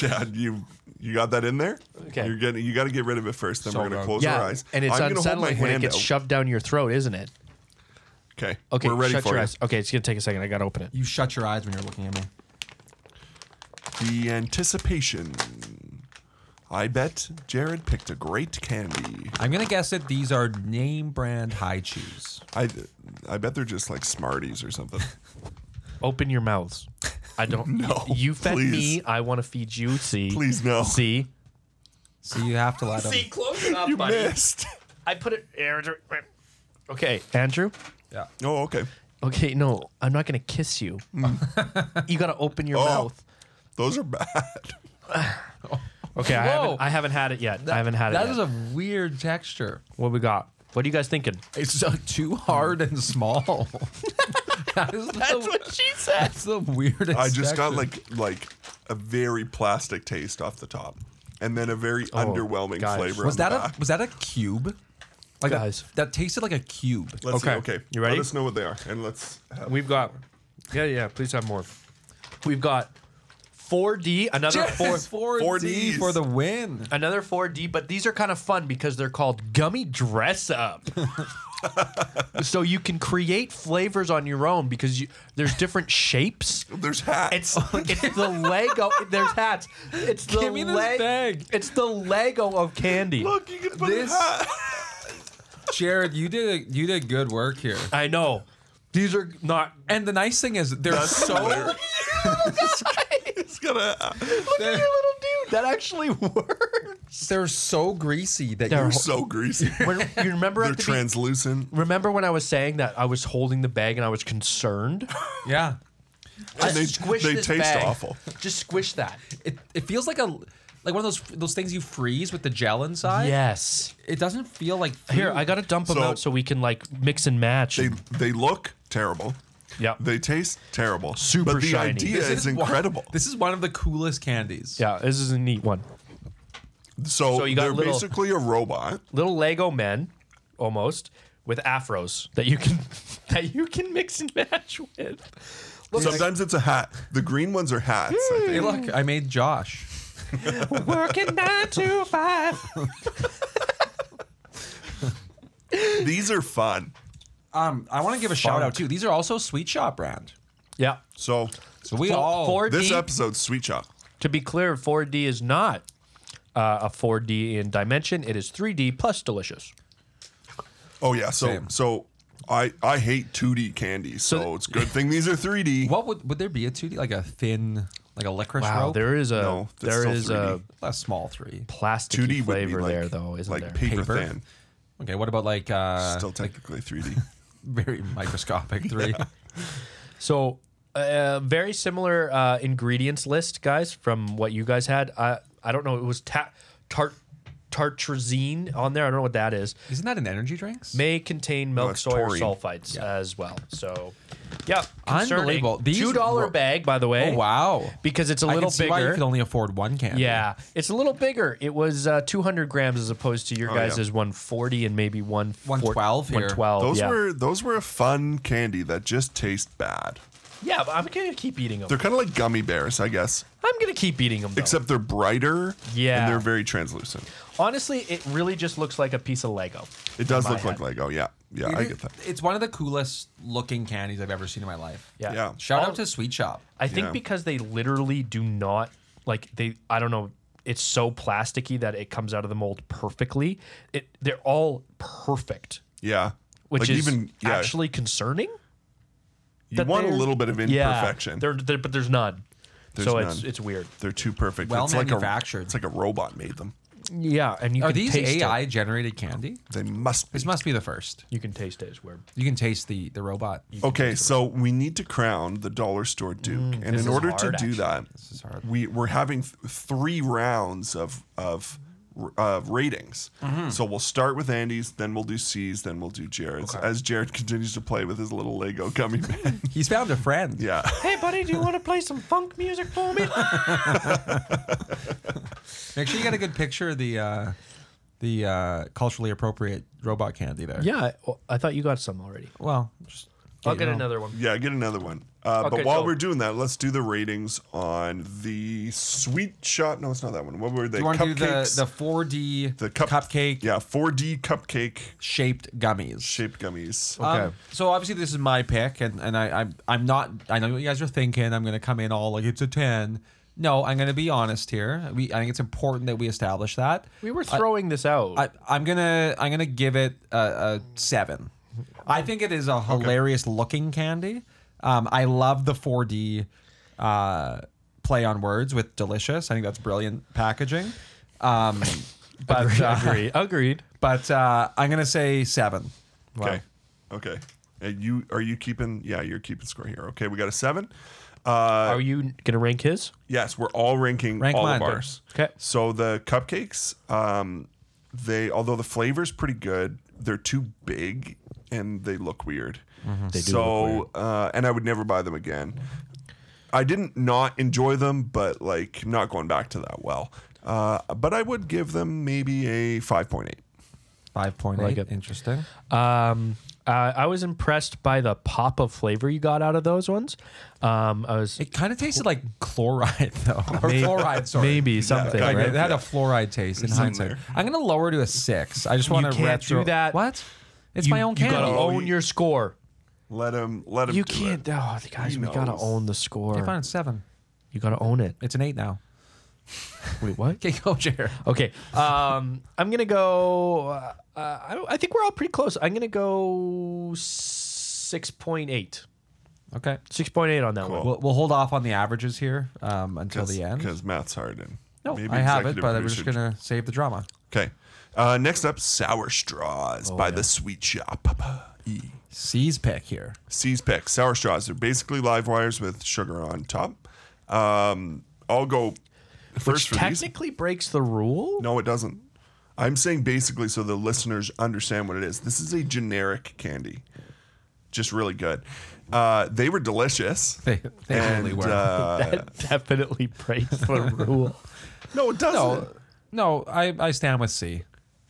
[SPEAKER 2] Yeah, you you got that in there.
[SPEAKER 3] Okay.
[SPEAKER 2] You're gonna you got to get rid of it first. Then
[SPEAKER 1] So
[SPEAKER 2] we're gonna
[SPEAKER 1] good.
[SPEAKER 2] close
[SPEAKER 3] Yeah,
[SPEAKER 2] our eyes.
[SPEAKER 3] and it's
[SPEAKER 2] I'm gonna hold my
[SPEAKER 3] unsettling when it
[SPEAKER 2] hand
[SPEAKER 3] gets
[SPEAKER 2] out.
[SPEAKER 3] shoved down your throat, isn't it?
[SPEAKER 2] okay.
[SPEAKER 3] Okay,
[SPEAKER 2] We're ready
[SPEAKER 3] shut
[SPEAKER 2] for
[SPEAKER 3] your
[SPEAKER 2] you.
[SPEAKER 3] eyes. Okay, it's gonna take a second. I gotta open it.
[SPEAKER 2] <laughs>
[SPEAKER 1] you shut your eyes when you're looking at me.
[SPEAKER 2] The anticipation. I bet Jared picked a great candy.
[SPEAKER 1] I'm gonna guess that these are name brand high chews.
[SPEAKER 2] I I bet they're just like Smarties or something.
[SPEAKER 3] Open your mouths. I
[SPEAKER 2] <laughs>
[SPEAKER 3] don't.
[SPEAKER 2] No,
[SPEAKER 3] You fed
[SPEAKER 2] please.
[SPEAKER 3] me. I want to feed you. See.
[SPEAKER 2] Please, no.
[SPEAKER 3] <laughs> See.
[SPEAKER 1] So you have to let <laughs> them.
[SPEAKER 3] Close it up,
[SPEAKER 2] you missed.
[SPEAKER 3] I put it. Okay, Andrew.
[SPEAKER 1] Yeah.
[SPEAKER 2] Oh, okay.
[SPEAKER 3] okay, no, I'm not gonna kiss you. you gotta open your
[SPEAKER 2] Oh.
[SPEAKER 3] mouth.
[SPEAKER 2] Those are bad.
[SPEAKER 3] Okay, I
[SPEAKER 1] Whoa.
[SPEAKER 3] haven't, I haven't had it yet. I haven't had it.
[SPEAKER 1] That
[SPEAKER 3] yet.
[SPEAKER 1] is a weird texture.
[SPEAKER 3] what we got? What are you guys thinking?
[SPEAKER 1] It's uh, too hard and small. <laughs> that is
[SPEAKER 3] Oh.
[SPEAKER 1] the,
[SPEAKER 3] she said.
[SPEAKER 1] that's the weirdest.
[SPEAKER 2] I just got
[SPEAKER 1] texture.
[SPEAKER 2] like like a very plastic taste off the top, and then a very
[SPEAKER 3] Oh,
[SPEAKER 2] underwhelming
[SPEAKER 3] gosh.
[SPEAKER 2] flavor.
[SPEAKER 1] was
[SPEAKER 2] on
[SPEAKER 1] that
[SPEAKER 2] the
[SPEAKER 1] a
[SPEAKER 2] back.
[SPEAKER 1] was that a cube? Like a-
[SPEAKER 3] Guys.
[SPEAKER 1] that tasted like a cube.
[SPEAKER 2] Let's see.
[SPEAKER 3] Okay.
[SPEAKER 2] Okay,
[SPEAKER 3] You ready?
[SPEAKER 2] Let us know what they are, and let's. Have,
[SPEAKER 3] We've got. Yeah, yeah. Please have more. We've got 4D, another four,
[SPEAKER 1] four,
[SPEAKER 2] <laughs> four
[SPEAKER 1] D
[SPEAKER 2] Ds.
[SPEAKER 1] for the win.
[SPEAKER 3] another 4D, but these are kind of fun because they're called gummy dress up.
[SPEAKER 1] <laughs>
[SPEAKER 3] so you can create flavors on your own because you, there's different shapes.
[SPEAKER 2] there's hats.
[SPEAKER 1] <laughs>
[SPEAKER 3] It's it's the Lego. There's hats. It's the
[SPEAKER 1] Give me this
[SPEAKER 3] Leg-
[SPEAKER 1] bag.
[SPEAKER 3] It's the Lego of candy.
[SPEAKER 2] <laughs> Look, you can put
[SPEAKER 1] This-
[SPEAKER 2] a
[SPEAKER 3] <laughs>
[SPEAKER 2] hat.
[SPEAKER 1] Jared, you did you did good work here.
[SPEAKER 3] I know. These are not.
[SPEAKER 1] And the nice thing is they're
[SPEAKER 2] <laughs>
[SPEAKER 1] so
[SPEAKER 2] hilarious. It's got a.
[SPEAKER 1] they're,
[SPEAKER 3] Dude, that actually works.
[SPEAKER 1] they're so greasy that
[SPEAKER 3] They're
[SPEAKER 1] you're
[SPEAKER 2] They're
[SPEAKER 3] <laughs>
[SPEAKER 2] so greasy.
[SPEAKER 3] When, you remember
[SPEAKER 2] They're
[SPEAKER 3] at the be-
[SPEAKER 2] translucent.
[SPEAKER 3] remember when I was saying that I was holding the bag and I was concerned?
[SPEAKER 1] yeah.
[SPEAKER 2] <laughs> And they,
[SPEAKER 3] squish
[SPEAKER 2] they
[SPEAKER 3] this
[SPEAKER 2] taste
[SPEAKER 3] bag.
[SPEAKER 2] awful.
[SPEAKER 3] Just squish that.
[SPEAKER 1] It, it feels like a like one of those those things you freeze with the gel inside.
[SPEAKER 3] Yes.
[SPEAKER 1] It doesn't feel like food.
[SPEAKER 3] Here, I gotta dump them
[SPEAKER 2] So-
[SPEAKER 3] out so we can like mix and match.
[SPEAKER 2] They they look terrible.
[SPEAKER 3] Yep.
[SPEAKER 2] They taste terrible.
[SPEAKER 3] Super
[SPEAKER 2] But the
[SPEAKER 3] shiny.
[SPEAKER 2] idea
[SPEAKER 1] This
[SPEAKER 2] is,
[SPEAKER 1] one-
[SPEAKER 2] incredible.
[SPEAKER 1] this is one of the coolest candies.
[SPEAKER 3] yeah, this is a neat one.
[SPEAKER 2] so
[SPEAKER 3] So you got
[SPEAKER 2] they're
[SPEAKER 3] little-
[SPEAKER 2] basically a robot.
[SPEAKER 3] Little Lego men, almost with afros that you can <laughs> that you can mix and match with. Look,
[SPEAKER 2] Sometimes it's a hat. The green ones are hats. I think.
[SPEAKER 1] Hey, look, I made Josh.
[SPEAKER 3] working nine to five. Hmm.
[SPEAKER 2] These are fun.
[SPEAKER 1] Um, I want to give a shout out too. These are also Sweet Shop brand.
[SPEAKER 3] Yeah.
[SPEAKER 2] So
[SPEAKER 1] So we
[SPEAKER 3] Four-
[SPEAKER 1] all
[SPEAKER 3] four-
[SPEAKER 2] this
[SPEAKER 3] D?
[SPEAKER 2] episode's sweet shop.
[SPEAKER 3] To be clear, 4D is not uh, a 4D in dimension. It is 3D plus delicious.
[SPEAKER 2] Oh yeah. So
[SPEAKER 1] Same.
[SPEAKER 2] so I I hate 2D candy. So, it's a good thing these are
[SPEAKER 3] <laughs>
[SPEAKER 2] 3D.
[SPEAKER 1] What would would there be a two D like a thin like a licorice
[SPEAKER 3] Wow,
[SPEAKER 1] rope?
[SPEAKER 3] there is a
[SPEAKER 2] No, that's
[SPEAKER 3] there
[SPEAKER 2] still
[SPEAKER 3] is
[SPEAKER 2] 3D.
[SPEAKER 3] a
[SPEAKER 1] a small three.
[SPEAKER 3] plastic
[SPEAKER 2] 2D would be
[SPEAKER 3] flavor
[SPEAKER 2] like,
[SPEAKER 3] there though, isn't
[SPEAKER 2] like
[SPEAKER 3] there?
[SPEAKER 2] paper,
[SPEAKER 1] Paper?
[SPEAKER 2] thin.
[SPEAKER 1] Okay, what about like uh
[SPEAKER 2] Still technically
[SPEAKER 3] <laughs>
[SPEAKER 2] 3D.
[SPEAKER 1] very <laughs> microscopic three?
[SPEAKER 3] So, uh, very similar uh, ingredients list, guys, from what you guys had. I I don't know. It was ta- tart tartrazine on there. I don't know what that is.
[SPEAKER 1] Isn't that an energy drinks?
[SPEAKER 3] May contain milk,
[SPEAKER 2] it's
[SPEAKER 3] soy, or
[SPEAKER 2] taurine.
[SPEAKER 3] sulfites as well. So, yeah, concerning.
[SPEAKER 1] Unbelievable. These
[SPEAKER 3] Two dollar
[SPEAKER 1] were-
[SPEAKER 3] bag, by the way.
[SPEAKER 1] Oh wow.
[SPEAKER 3] Because it's a
[SPEAKER 1] I can
[SPEAKER 3] little
[SPEAKER 1] see why you
[SPEAKER 3] bigger.
[SPEAKER 1] could only afford one candy.
[SPEAKER 3] Yeah, it's a little bigger. It was uh, 200 grams as opposed to your
[SPEAKER 2] Oh, yeah.
[SPEAKER 3] guys' 140 and maybe
[SPEAKER 1] 112
[SPEAKER 3] 112.
[SPEAKER 1] here.
[SPEAKER 3] 112.
[SPEAKER 2] Those
[SPEAKER 3] Oh, yeah.
[SPEAKER 2] were those were a fun candy that just tastes bad.
[SPEAKER 3] Yeah, but I'm gonna keep eating them.
[SPEAKER 2] They're kind of like gummy bears, I guess,
[SPEAKER 3] I'm gonna keep eating them. Though.
[SPEAKER 2] except they're brighter.
[SPEAKER 3] Yeah.
[SPEAKER 2] And they're very translucent.
[SPEAKER 3] Honestly, it really just looks like a piece of Lego.
[SPEAKER 2] It does
[SPEAKER 3] my
[SPEAKER 2] look like
[SPEAKER 3] head.
[SPEAKER 2] Lego. Yeah. Yeah. I get that.
[SPEAKER 1] It's one of the coolest looking candies I've ever seen in my life.
[SPEAKER 3] Yeah.
[SPEAKER 2] Yeah.
[SPEAKER 1] Shout
[SPEAKER 3] All-
[SPEAKER 1] out to Sweet Shop.
[SPEAKER 3] I think
[SPEAKER 2] Yeah.
[SPEAKER 3] because they literally do not like they I don't know, it's so plasticky that it comes out of the mold perfectly. It they're all perfect,
[SPEAKER 2] Yeah.
[SPEAKER 3] which
[SPEAKER 2] like
[SPEAKER 3] is
[SPEAKER 2] even yeah,
[SPEAKER 3] actually concerning.
[SPEAKER 2] you
[SPEAKER 3] that
[SPEAKER 2] want a
[SPEAKER 3] they're-
[SPEAKER 2] little bit of imperfection.
[SPEAKER 3] There, there- but there's none.
[SPEAKER 2] There's
[SPEAKER 3] so it's
[SPEAKER 2] none.
[SPEAKER 3] it's weird.
[SPEAKER 2] They're too perfect.
[SPEAKER 1] Well
[SPEAKER 2] it's like
[SPEAKER 1] manufactured.
[SPEAKER 2] A, it's like a robot made them.
[SPEAKER 3] Yeah, and you
[SPEAKER 1] Are
[SPEAKER 3] can
[SPEAKER 1] these
[SPEAKER 3] taste
[SPEAKER 1] AI
[SPEAKER 3] it.
[SPEAKER 1] generated candy?
[SPEAKER 2] They must be.
[SPEAKER 1] This must be the first.
[SPEAKER 3] You can taste it. It's weird.
[SPEAKER 1] You can taste the the robot.
[SPEAKER 2] Okay, so we need to crown the dollar store duke,
[SPEAKER 1] Mm,
[SPEAKER 2] and
[SPEAKER 3] is
[SPEAKER 2] in order
[SPEAKER 3] hard,
[SPEAKER 2] to do
[SPEAKER 3] actually.
[SPEAKER 2] that,
[SPEAKER 1] is hard.
[SPEAKER 2] we we're having th- three rounds of of uh, ratings.
[SPEAKER 1] Mm-hmm.
[SPEAKER 2] So we'll start with Andy's, then we'll do C's, then we'll do Jared's. As Jared <laughs> continues to play with his little Lego
[SPEAKER 1] <laughs>
[SPEAKER 2] gummy man,
[SPEAKER 1] He's found a friend.
[SPEAKER 2] yeah, <laughs>
[SPEAKER 3] Hey, buddy, do you want to play some funk music for me?
[SPEAKER 1] <laughs> Make sure you get a good picture of the uh, the uh, culturally appropriate robot candy there.
[SPEAKER 3] <laughs> yeah, well, I thought you got some already.
[SPEAKER 1] Well, just
[SPEAKER 3] I'll
[SPEAKER 1] you
[SPEAKER 3] get
[SPEAKER 1] know.
[SPEAKER 3] another one.
[SPEAKER 2] yeah. Get another one. Uh,
[SPEAKER 3] Okay,
[SPEAKER 2] but while
[SPEAKER 3] so-
[SPEAKER 2] we're doing that, let's do the ratings on the sweet shot. No, it's not that one. What were they?
[SPEAKER 1] You want to do the
[SPEAKER 2] Cupcakes.
[SPEAKER 1] the 4D
[SPEAKER 2] The cup-
[SPEAKER 1] cupcake
[SPEAKER 2] yeah, 4D cupcake
[SPEAKER 1] shaped gummies.
[SPEAKER 2] shaped gummies.
[SPEAKER 1] Um, so obviously this is my pick, and and I I'm, I'm not. I know what you guys are thinking. I'm gonna come in all like it's a ten. No, I'm gonna be honest here. We I think it's important that we establish that.
[SPEAKER 3] We were throwing this out.
[SPEAKER 1] I, <laughs> I'm gonna I'm gonna give it a, a seven. I think it is a hilarious looking candy. Um, I love the 4D uh, play on words with delicious. I think that's brilliant packaging. Um, but uh, <laughs>
[SPEAKER 3] Agreed. Agreed.
[SPEAKER 1] but uh, I'm gonna say seven.
[SPEAKER 2] Okay. Okay. And you are you keeping? Yeah, you're keeping score here. Okay, we got a seven. Uh,
[SPEAKER 3] Are you gonna rank his?
[SPEAKER 2] yes, we're all ranking
[SPEAKER 1] Rank
[SPEAKER 2] all
[SPEAKER 1] mine,
[SPEAKER 2] of
[SPEAKER 1] babe.
[SPEAKER 2] ours.
[SPEAKER 3] Okay.
[SPEAKER 2] So the cupcakes, um, they although the flavor's pretty good, they're too big and they look weird. They do so Uh, and I would never buy them again. I didn't not enjoy them, but like not going back to that well. Uh, but I would give them maybe a five point eight.
[SPEAKER 1] Five point eight.
[SPEAKER 3] it.
[SPEAKER 1] Interesting.
[SPEAKER 3] Um, uh, I was impressed by the pop of flavor you got out of those ones. Um, I was
[SPEAKER 1] It kind of tasted like chloride <laughs> though, or fluoride. Sorry. <laughs>
[SPEAKER 3] maybe something.
[SPEAKER 1] Kind
[SPEAKER 3] right?
[SPEAKER 1] of. It had a fluoride taste in hindsight. I'm gonna lower to a six. I just want to
[SPEAKER 3] can't
[SPEAKER 1] retro.
[SPEAKER 3] do that.
[SPEAKER 1] What? It's
[SPEAKER 3] You-
[SPEAKER 1] my own
[SPEAKER 3] You gotta
[SPEAKER 1] candy.
[SPEAKER 3] own your score.
[SPEAKER 2] Let him. Let him.
[SPEAKER 3] You
[SPEAKER 2] do
[SPEAKER 3] can't.
[SPEAKER 2] It.
[SPEAKER 3] Oh, guys,
[SPEAKER 2] He
[SPEAKER 3] we gotta
[SPEAKER 2] knows.
[SPEAKER 3] own the score.
[SPEAKER 1] Okay, fine, it's seven.
[SPEAKER 3] You gotta
[SPEAKER 1] <laughs>
[SPEAKER 3] own it.
[SPEAKER 1] It's an eight now.
[SPEAKER 3] Wait, what?
[SPEAKER 1] Okay, go, Jared.
[SPEAKER 3] Okay. Um, I'm gonna go. Uh, I, I think we're all pretty close. I'm gonna go six point eight.
[SPEAKER 1] Okay.
[SPEAKER 3] Six point eight on that one.
[SPEAKER 1] We'll, we'll hold off on the averages here um, until the end.
[SPEAKER 2] because math's hard and
[SPEAKER 1] No, I have it,
[SPEAKER 2] executive
[SPEAKER 1] but we're just
[SPEAKER 2] producer-
[SPEAKER 1] gonna save the drama.
[SPEAKER 2] Okay. Uh, next up, Sour Straws
[SPEAKER 1] Oh,
[SPEAKER 2] by the Sweet Shop. E.
[SPEAKER 1] C's pick here. <laughs>
[SPEAKER 2] C's pick. Sour Straws. They're basically live wires with sugar on top. Um, I'll go first
[SPEAKER 3] Which
[SPEAKER 2] for these.
[SPEAKER 3] technically breaks the rule.
[SPEAKER 2] No, it doesn't. I'm saying basically so the listeners understand what it is. This is a generic candy, just really good. Uh, they were delicious.
[SPEAKER 1] They, they
[SPEAKER 2] And,
[SPEAKER 1] really were. <laughs>
[SPEAKER 2] uh,
[SPEAKER 3] That <laughs> definitely breaks
[SPEAKER 2] <laughs>
[SPEAKER 3] the rule.
[SPEAKER 2] no, it doesn't.
[SPEAKER 1] no, no, I, I stand with C.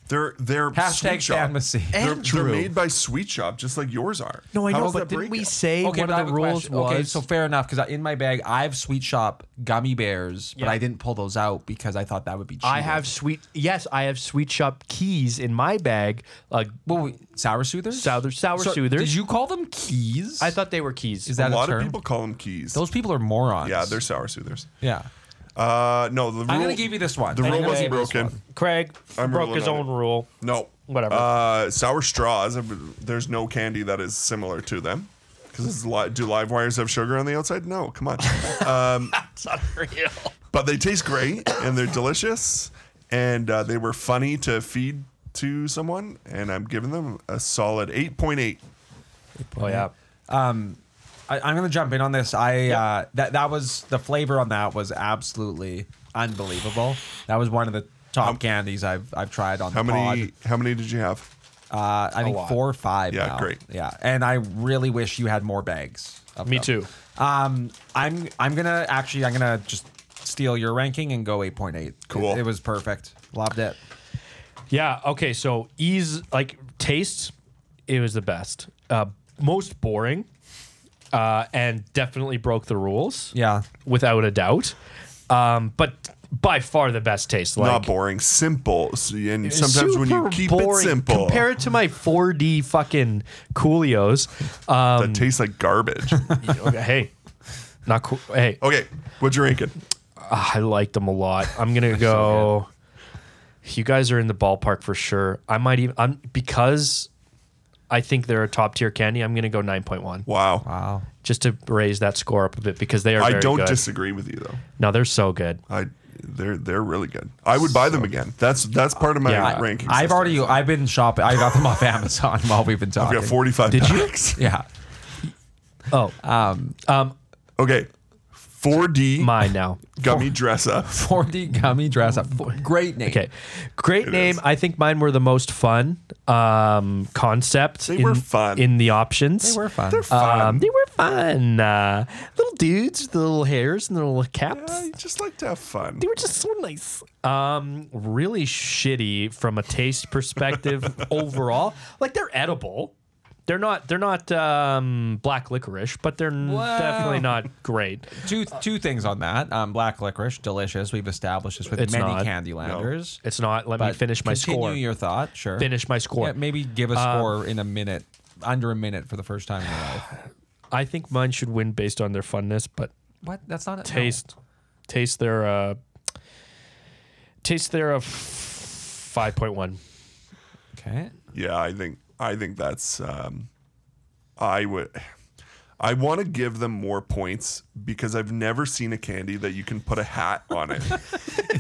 [SPEAKER 2] They're they're
[SPEAKER 1] Hashtag
[SPEAKER 2] sweet shop.
[SPEAKER 1] stand with C.
[SPEAKER 2] They're, they're
[SPEAKER 3] Andrew.
[SPEAKER 2] made by Sweet Shop, just like yours are.
[SPEAKER 3] No, I
[SPEAKER 2] How
[SPEAKER 3] know,
[SPEAKER 2] does
[SPEAKER 3] but
[SPEAKER 2] that
[SPEAKER 3] didn't
[SPEAKER 2] break
[SPEAKER 3] we
[SPEAKER 2] it?
[SPEAKER 3] say one
[SPEAKER 1] but I
[SPEAKER 3] of
[SPEAKER 1] have
[SPEAKER 3] the
[SPEAKER 1] a
[SPEAKER 3] rules
[SPEAKER 1] question. Okay,
[SPEAKER 3] was
[SPEAKER 1] so fair enough. Because in my bag, I have Sweet Shop gummy bears, but I didn't pull those out because I thought that would be. Cheating.
[SPEAKER 3] I have sweet. Yes, I have sweet shop keys in my bag. Uh,
[SPEAKER 1] Well, wait, sour soothers.
[SPEAKER 3] Sour- sour soothers.
[SPEAKER 1] Did you call them keys?
[SPEAKER 3] I thought they were keys.
[SPEAKER 1] Is that
[SPEAKER 2] a lot
[SPEAKER 1] term?
[SPEAKER 2] of people call them keys.
[SPEAKER 1] Those people are morons.
[SPEAKER 2] yeah, they're sour soothers.
[SPEAKER 1] Yeah.
[SPEAKER 2] Uh, no, the rule,
[SPEAKER 1] I'm gonna give you this one.
[SPEAKER 2] the
[SPEAKER 1] I'm
[SPEAKER 2] rule
[SPEAKER 1] gonna
[SPEAKER 2] wasn't
[SPEAKER 1] give you this
[SPEAKER 2] broken.
[SPEAKER 1] one.
[SPEAKER 3] Craig
[SPEAKER 2] I'm
[SPEAKER 3] broke
[SPEAKER 2] ruling
[SPEAKER 3] his
[SPEAKER 2] on
[SPEAKER 3] own
[SPEAKER 2] it.
[SPEAKER 3] <laughs> rule?
[SPEAKER 2] No,
[SPEAKER 3] Whatever.
[SPEAKER 2] Uh, sour straws. uh, There's no candy that is similar to them. Because li- do live wires have sugar on the outside? No, come on. Uh,
[SPEAKER 3] It's unreal.
[SPEAKER 2] but they taste great and they're delicious, and uh, they were funny to feed to someone. And I'm giving them a solid eight point eight.
[SPEAKER 3] Oh yeah.
[SPEAKER 1] I, I'm gonna jump in on this. I uh, that that was the flavor on that was absolutely unbelievable. That was one of the top candies I've I've tried on
[SPEAKER 2] How
[SPEAKER 1] the
[SPEAKER 2] many? How many did you have?
[SPEAKER 1] pod. Uh, I think
[SPEAKER 3] lot.
[SPEAKER 1] four or five.
[SPEAKER 2] Yeah,
[SPEAKER 1] now.
[SPEAKER 2] great.
[SPEAKER 1] Yeah, and I really wish you had more bags. of
[SPEAKER 3] Me
[SPEAKER 1] them.
[SPEAKER 3] too.
[SPEAKER 1] Um, I'm I'm gonna actually I'm gonna just steal your ranking and go 8.8.
[SPEAKER 2] Cool.
[SPEAKER 1] It, it was perfect. Loved it.
[SPEAKER 3] Yeah. Okay. So ease, like tastes, it was the best. Uh, most boring, uh, and definitely broke the rules.
[SPEAKER 1] Yeah.
[SPEAKER 3] without a doubt. Um, but by far the best taste. Like,
[SPEAKER 2] Not boring, simple. S- And sometimes when you
[SPEAKER 3] super
[SPEAKER 2] keep it
[SPEAKER 3] boring.
[SPEAKER 2] simple,
[SPEAKER 3] compare it to my 4D fucking Coolios. Um,
[SPEAKER 2] that tastes like
[SPEAKER 3] <laughs>
[SPEAKER 2] garbage.
[SPEAKER 3] okay, hey, not cool. Hey,
[SPEAKER 2] okay, what's your ranking?
[SPEAKER 3] ah, I liked them a lot. I'm
[SPEAKER 2] <laughs>
[SPEAKER 3] gonna go. you guys are in the ballpark for sure. I might even. I'm because. I think they're a top tier candy. I'm going to go 9.1
[SPEAKER 2] Wow.
[SPEAKER 1] Wow.
[SPEAKER 3] just to raise that score up a bit because they are.
[SPEAKER 2] I
[SPEAKER 3] very
[SPEAKER 2] don't
[SPEAKER 3] good.
[SPEAKER 2] disagree with you though.
[SPEAKER 3] No, they're so good.
[SPEAKER 2] I they're they're really good. I would buy them again. That's that's part of my
[SPEAKER 3] Yeah.
[SPEAKER 2] ranking.
[SPEAKER 1] I've
[SPEAKER 2] system.
[SPEAKER 1] already I've been shopping. I got them off <laughs> Amazon while we've been
[SPEAKER 2] I've
[SPEAKER 1] talking.
[SPEAKER 2] got 45 Did packs.
[SPEAKER 1] Yeah. Um,
[SPEAKER 3] Oh,
[SPEAKER 2] You? <laughs> Okay. 4D
[SPEAKER 3] mine now.
[SPEAKER 2] gummy dress up.
[SPEAKER 1] 4D gummy dress up. Great name.
[SPEAKER 3] Oh, Okay, great name.
[SPEAKER 2] is.
[SPEAKER 3] I think mine were the most fun um, concept.
[SPEAKER 2] They
[SPEAKER 3] in,
[SPEAKER 2] were fun.
[SPEAKER 3] in the options.
[SPEAKER 1] They were fun.
[SPEAKER 3] <laughs> Um, they were fun. Uh, little dudes, with little hairs and their little caps.
[SPEAKER 2] I just like to have fun.
[SPEAKER 3] They were just so nice. Um, really shitty from a taste <laughs> perspective overall. Like they're edible. They're not. They're not um, black licorice, but they're n-
[SPEAKER 1] Whoa.
[SPEAKER 3] definitely not great.
[SPEAKER 1] two two things on that. Um, black licorice, delicious. We've established this with
[SPEAKER 3] It's
[SPEAKER 1] many
[SPEAKER 3] not.
[SPEAKER 1] Candylanders.
[SPEAKER 3] It's not. Let me
[SPEAKER 1] But
[SPEAKER 3] finish my
[SPEAKER 1] continue
[SPEAKER 3] score.
[SPEAKER 1] your thought. Sure.
[SPEAKER 3] finish my score.
[SPEAKER 1] Yeah, maybe give a score in a minute, under a minute for the first time in your life.
[SPEAKER 3] I think mine should win based on their funness, but
[SPEAKER 1] What? That's not a no.
[SPEAKER 3] taste taste their uh taste their uh, 5.1
[SPEAKER 1] Okay. <laughs>
[SPEAKER 2] Yeah, I think I think that's um I would I want to give them more points because I've never seen a candy that you can put a hat on
[SPEAKER 3] <laughs>
[SPEAKER 2] it.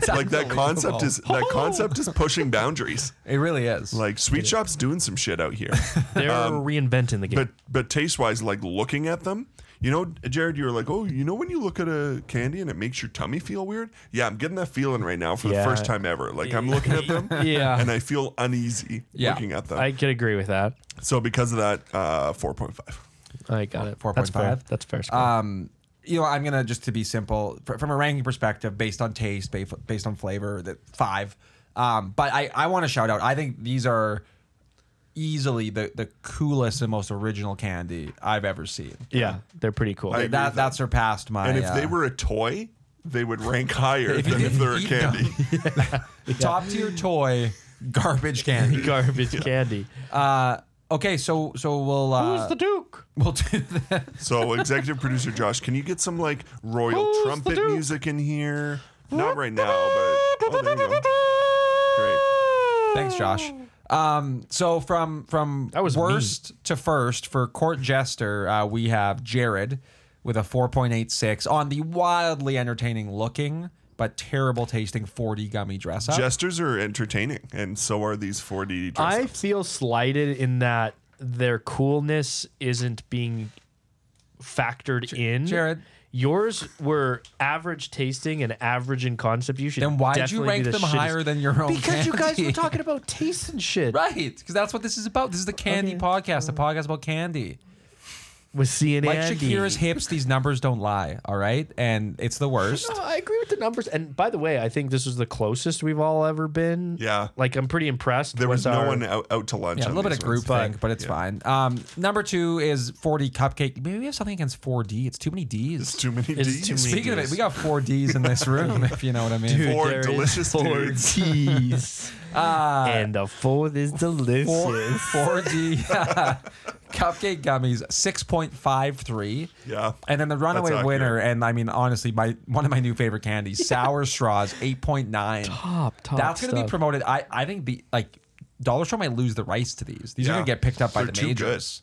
[SPEAKER 2] like that concept is that concept is pushing
[SPEAKER 3] <laughs>
[SPEAKER 2] boundaries.
[SPEAKER 1] It really is.
[SPEAKER 2] Like sweet shop's doing some shit out here.
[SPEAKER 3] They're reinventing the game.
[SPEAKER 2] but but taste wise, like looking at them, you know, Jared, you were like, oh, you know, when you look at a candy and it makes your tummy feel weird. Yeah, I'm getting that feeling right now for
[SPEAKER 3] Yeah.
[SPEAKER 2] the first time ever. Like I'm looking at them,
[SPEAKER 3] <laughs> Yeah.
[SPEAKER 2] and I feel uneasy
[SPEAKER 1] Yeah.
[SPEAKER 2] looking at them.
[SPEAKER 3] I could agree with that.
[SPEAKER 2] so because of that, uh, four point five.
[SPEAKER 3] I got it. That's
[SPEAKER 1] 4.5.
[SPEAKER 3] fair. That's fair. Score.
[SPEAKER 1] um, you know, I'm gonna just to be simple fr- from a ranking perspective, based on taste, ba- based on flavor, that five. Um, but I, I want to shout out. I think these are easily the, the coolest and most original candy I've ever seen.
[SPEAKER 3] yeah, they're pretty cool.
[SPEAKER 2] I- agree
[SPEAKER 1] that
[SPEAKER 2] with
[SPEAKER 1] that surpassed my.
[SPEAKER 2] And if they
[SPEAKER 1] uh,
[SPEAKER 2] were a toy, they would rank higher
[SPEAKER 1] If you
[SPEAKER 2] than if
[SPEAKER 1] didn't
[SPEAKER 2] they're a
[SPEAKER 1] eat
[SPEAKER 2] candy.
[SPEAKER 1] top tier toy, garbage candy.
[SPEAKER 2] <laughs>
[SPEAKER 3] <laughs> Garbage candy.
[SPEAKER 1] Uh, okay, so so we'll uh,
[SPEAKER 3] Who's the Duke?
[SPEAKER 1] we'll do that.
[SPEAKER 2] <laughs>
[SPEAKER 1] <laughs>
[SPEAKER 2] So, executive producer Josh, can you get some like royal
[SPEAKER 3] Who's the
[SPEAKER 2] trumpet
[SPEAKER 3] Duke?
[SPEAKER 2] music in here? Not right now, but oh, there you go. Great.
[SPEAKER 1] Thanks, Josh. Um, so from from
[SPEAKER 3] That was
[SPEAKER 1] worst to first for court jester, uh, we have Jared with a 4.86 on the wildly entertaining looking but terrible tasting 40 gummy dress up.
[SPEAKER 2] Jesters are entertaining, and so are these 4D dresses.
[SPEAKER 3] I feel slighted in that their coolness isn't being factored in.
[SPEAKER 1] Jared.
[SPEAKER 3] Yours were average tasting and average in concept. You should
[SPEAKER 1] then why did you
[SPEAKER 3] definitely
[SPEAKER 1] rank
[SPEAKER 3] be the
[SPEAKER 1] them
[SPEAKER 3] shittest-
[SPEAKER 1] higher than your own?
[SPEAKER 3] Because you guys were
[SPEAKER 1] candy?
[SPEAKER 3] talking about taste and
[SPEAKER 1] <laughs>
[SPEAKER 3] shit
[SPEAKER 1] right? Because that's what this is about. This is the candy
[SPEAKER 3] Okay.
[SPEAKER 1] podcast, the podcast about candy.
[SPEAKER 3] with C and
[SPEAKER 1] Like
[SPEAKER 3] Andy.
[SPEAKER 1] Shakira's hips, these numbers don't lie. All right, and it's the worst.
[SPEAKER 3] No, I agree with the numbers. And by the way, I think this is the closest we've all ever been.
[SPEAKER 2] Yeah.
[SPEAKER 3] Like I'm pretty impressed.
[SPEAKER 2] there was
[SPEAKER 3] with
[SPEAKER 2] no
[SPEAKER 3] our-
[SPEAKER 2] one out, out to lunch.
[SPEAKER 1] Yeah, a
[SPEAKER 2] on
[SPEAKER 1] little bit of
[SPEAKER 2] these
[SPEAKER 1] group
[SPEAKER 2] ones.
[SPEAKER 1] think, but it's fine. Um, number two is 4D cupcake. Maybe we have something against 4D. It's too many D's.
[SPEAKER 2] It's too many
[SPEAKER 3] It's
[SPEAKER 2] Ds.
[SPEAKER 3] too many
[SPEAKER 1] Speaking of it, we got four D's in
[SPEAKER 2] <laughs>
[SPEAKER 1] this room, if you know what I mean.
[SPEAKER 2] Four
[SPEAKER 3] There
[SPEAKER 1] <laughs>
[SPEAKER 3] is
[SPEAKER 2] delicious
[SPEAKER 3] four
[SPEAKER 2] dudes.
[SPEAKER 3] Ds.
[SPEAKER 1] Ah.
[SPEAKER 3] and the fourth is delicious.
[SPEAKER 1] Four, four D <laughs> cupcake gummies, six point five three.
[SPEAKER 2] Yeah.
[SPEAKER 1] And then the runaway
[SPEAKER 2] That's
[SPEAKER 1] winner,
[SPEAKER 2] accurate.
[SPEAKER 1] and I mean honestly, my one of my new favorite
[SPEAKER 2] <laughs>
[SPEAKER 1] candies, sour straws, eight point nine.
[SPEAKER 3] Top, top
[SPEAKER 1] That's gonna
[SPEAKER 3] stuff.
[SPEAKER 1] be promoted. I I think the like Dollar Store might lose the rights to these. These are
[SPEAKER 2] Yeah.
[SPEAKER 1] gonna get picked up by
[SPEAKER 2] They're
[SPEAKER 1] the
[SPEAKER 2] too
[SPEAKER 1] majors.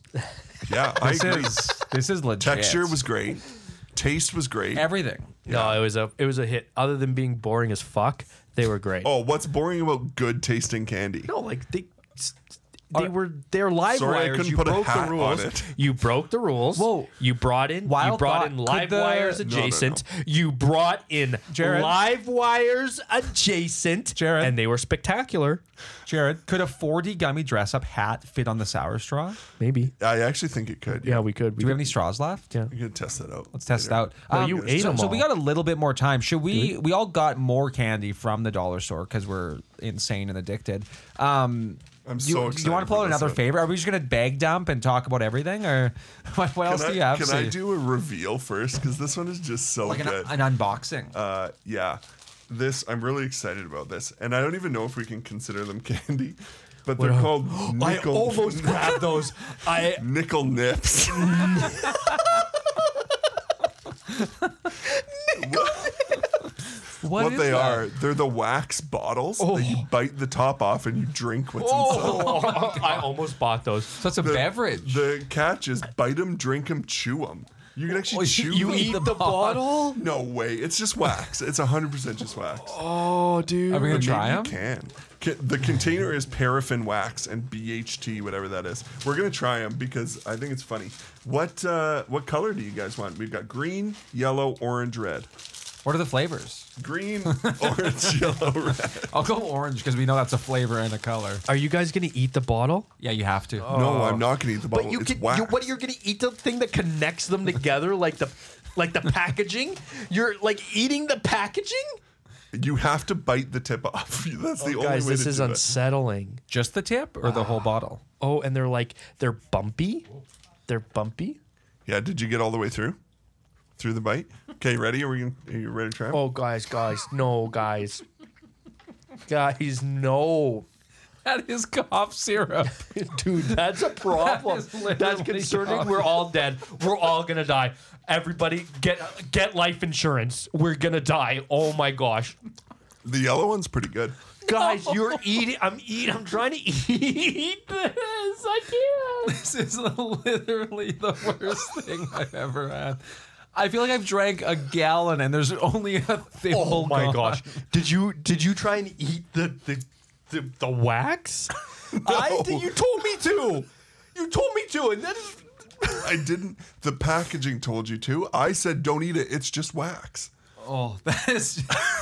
[SPEAKER 2] Yeah, I
[SPEAKER 1] This
[SPEAKER 2] agree.
[SPEAKER 1] is this is legit.
[SPEAKER 2] Texture was great. Taste was great.
[SPEAKER 1] everything.
[SPEAKER 3] No, it was a it was a hit. Other than being boring as fuck, they were great.
[SPEAKER 2] oh, what's boring about good tasting candy?
[SPEAKER 3] No, like they they were they're live
[SPEAKER 2] Sorry, I
[SPEAKER 3] wires.
[SPEAKER 2] couldn't
[SPEAKER 3] you
[SPEAKER 2] put a
[SPEAKER 3] broke
[SPEAKER 2] hat
[SPEAKER 3] the
[SPEAKER 2] on
[SPEAKER 3] rules.
[SPEAKER 2] it.
[SPEAKER 3] You broke the rules.
[SPEAKER 1] Whoa.
[SPEAKER 3] You brought in you
[SPEAKER 1] Wild
[SPEAKER 3] brought
[SPEAKER 1] thought.
[SPEAKER 3] in
[SPEAKER 1] Could
[SPEAKER 3] live
[SPEAKER 1] the-
[SPEAKER 3] wires
[SPEAKER 1] No,
[SPEAKER 2] no, no.
[SPEAKER 3] adjacent. You brought in
[SPEAKER 1] Jared?
[SPEAKER 3] live wires adjacent.
[SPEAKER 1] Jared?
[SPEAKER 3] And they were spectacular.
[SPEAKER 1] Jared, could a 4D gummy dress up hat fit on the sour straw? Do
[SPEAKER 3] Maybe.
[SPEAKER 2] I actually think it could.
[SPEAKER 3] Yeah, we could.
[SPEAKER 1] we have any straws left?
[SPEAKER 3] Yeah.
[SPEAKER 2] I'm gonna test that out.
[SPEAKER 1] Let's test it out. Um,
[SPEAKER 3] No, you ate
[SPEAKER 1] so,
[SPEAKER 3] 'em
[SPEAKER 1] so we
[SPEAKER 3] all.
[SPEAKER 1] got a little bit more time. Should we? We all got more candy from the dollar store because we're insane and addicted. Um,
[SPEAKER 2] I'm
[SPEAKER 1] you,
[SPEAKER 2] so
[SPEAKER 1] You
[SPEAKER 2] excited
[SPEAKER 1] want to
[SPEAKER 2] for
[SPEAKER 1] pull out
[SPEAKER 2] this
[SPEAKER 1] another
[SPEAKER 2] one.
[SPEAKER 1] favorite? Are we just gonna bag dump and talk about everything, or <laughs> what, what else
[SPEAKER 2] Can,
[SPEAKER 1] do you
[SPEAKER 2] I,
[SPEAKER 1] have?
[SPEAKER 2] can
[SPEAKER 1] See?
[SPEAKER 2] I do a reveal first? Because this one is just so
[SPEAKER 1] like an,
[SPEAKER 2] good.
[SPEAKER 1] an unboxing?
[SPEAKER 2] uh, yeah, this I'm really excited about this, and I don't even know if we can consider them <laughs> candy, but they're called
[SPEAKER 1] <gasps>
[SPEAKER 2] nickel. <laughs>
[SPEAKER 3] had those.
[SPEAKER 1] <laughs>
[SPEAKER 3] I
[SPEAKER 2] nickel nips. What
[SPEAKER 1] is
[SPEAKER 2] they
[SPEAKER 1] that? Oh.
[SPEAKER 2] are, they're the wax bottles that you bite the top off and you drink what's inside.
[SPEAKER 1] <laughs>
[SPEAKER 3] <laughs> I almost bought those.
[SPEAKER 1] So it's a Oh, beverage.
[SPEAKER 2] The catch is bite them, drink them, chew them. You can actually chew.
[SPEAKER 1] Oh, you
[SPEAKER 2] them.
[SPEAKER 1] eat the bottle?
[SPEAKER 2] No way. It's just wax. It's 100% just wax.
[SPEAKER 3] Oh, dude.
[SPEAKER 1] Are we gonna try
[SPEAKER 2] Maybe
[SPEAKER 1] them?
[SPEAKER 2] you can. Ca- The container is paraffin wax and BHT, whatever that is. We're gonna try them because I think it's funny. What uh, what color do you guys want? We've got green, yellow, orange, red.
[SPEAKER 1] What are the flavors?
[SPEAKER 2] Green,
[SPEAKER 3] <laughs>
[SPEAKER 2] orange, yellow, red.
[SPEAKER 1] I'll go orange because we know that's a flavor and a color.
[SPEAKER 3] Are you guys gonna eat the bottle?
[SPEAKER 1] Yeah, you have to.
[SPEAKER 2] Oh. No, I'm not gonna eat the bottle.
[SPEAKER 3] Oh. But you
[SPEAKER 2] it's
[SPEAKER 3] can.
[SPEAKER 2] wax.
[SPEAKER 3] You, what you're gonna eat the thing that connects them together, like the, like the packaging. You're like eating the packaging.
[SPEAKER 2] You have to bite the tip off. <laughs> That's the only
[SPEAKER 3] Oh, Guys,
[SPEAKER 2] way
[SPEAKER 3] this
[SPEAKER 2] to
[SPEAKER 3] is
[SPEAKER 2] do
[SPEAKER 3] unsettling.
[SPEAKER 1] Just the tip or the whole
[SPEAKER 3] <laughs>
[SPEAKER 1] bottle?
[SPEAKER 3] Oh, and they're like they're bumpy. They're bumpy.
[SPEAKER 2] it. Yeah. Did you get all the way through? Through the bite. Okay, ready? Are we? Gonna, are you ready to try? 'em?
[SPEAKER 3] Oh, guys, guys, no, guys, guys, no,
[SPEAKER 1] That is cough syrup.
[SPEAKER 3] <laughs> dude, that's a problem.
[SPEAKER 1] That is literally
[SPEAKER 3] that's concerning.
[SPEAKER 1] cough.
[SPEAKER 3] We're all dead. We're all gonna die. Everybody, get get life insurance. We're gonna die. Oh my gosh.
[SPEAKER 2] The
[SPEAKER 3] <laughs>
[SPEAKER 2] yellow one's pretty good.
[SPEAKER 3] Guys, you're eating. I'm eating. I'm trying to eat <laughs> this.
[SPEAKER 7] yes, I can.
[SPEAKER 1] <laughs> This is literally the worst <laughs> thing I've ever had. I feel like I've drank a gallon and there's only a thimble.
[SPEAKER 3] Oh my
[SPEAKER 1] gone.
[SPEAKER 3] gosh! Did you did you try and eat the the the, the <laughs> wax? I did. You told me to. You told me to, and that is
[SPEAKER 2] I didn't. The packaging told you to. I said, don't eat it. It's just wax.
[SPEAKER 1] Oh, <laughs> that is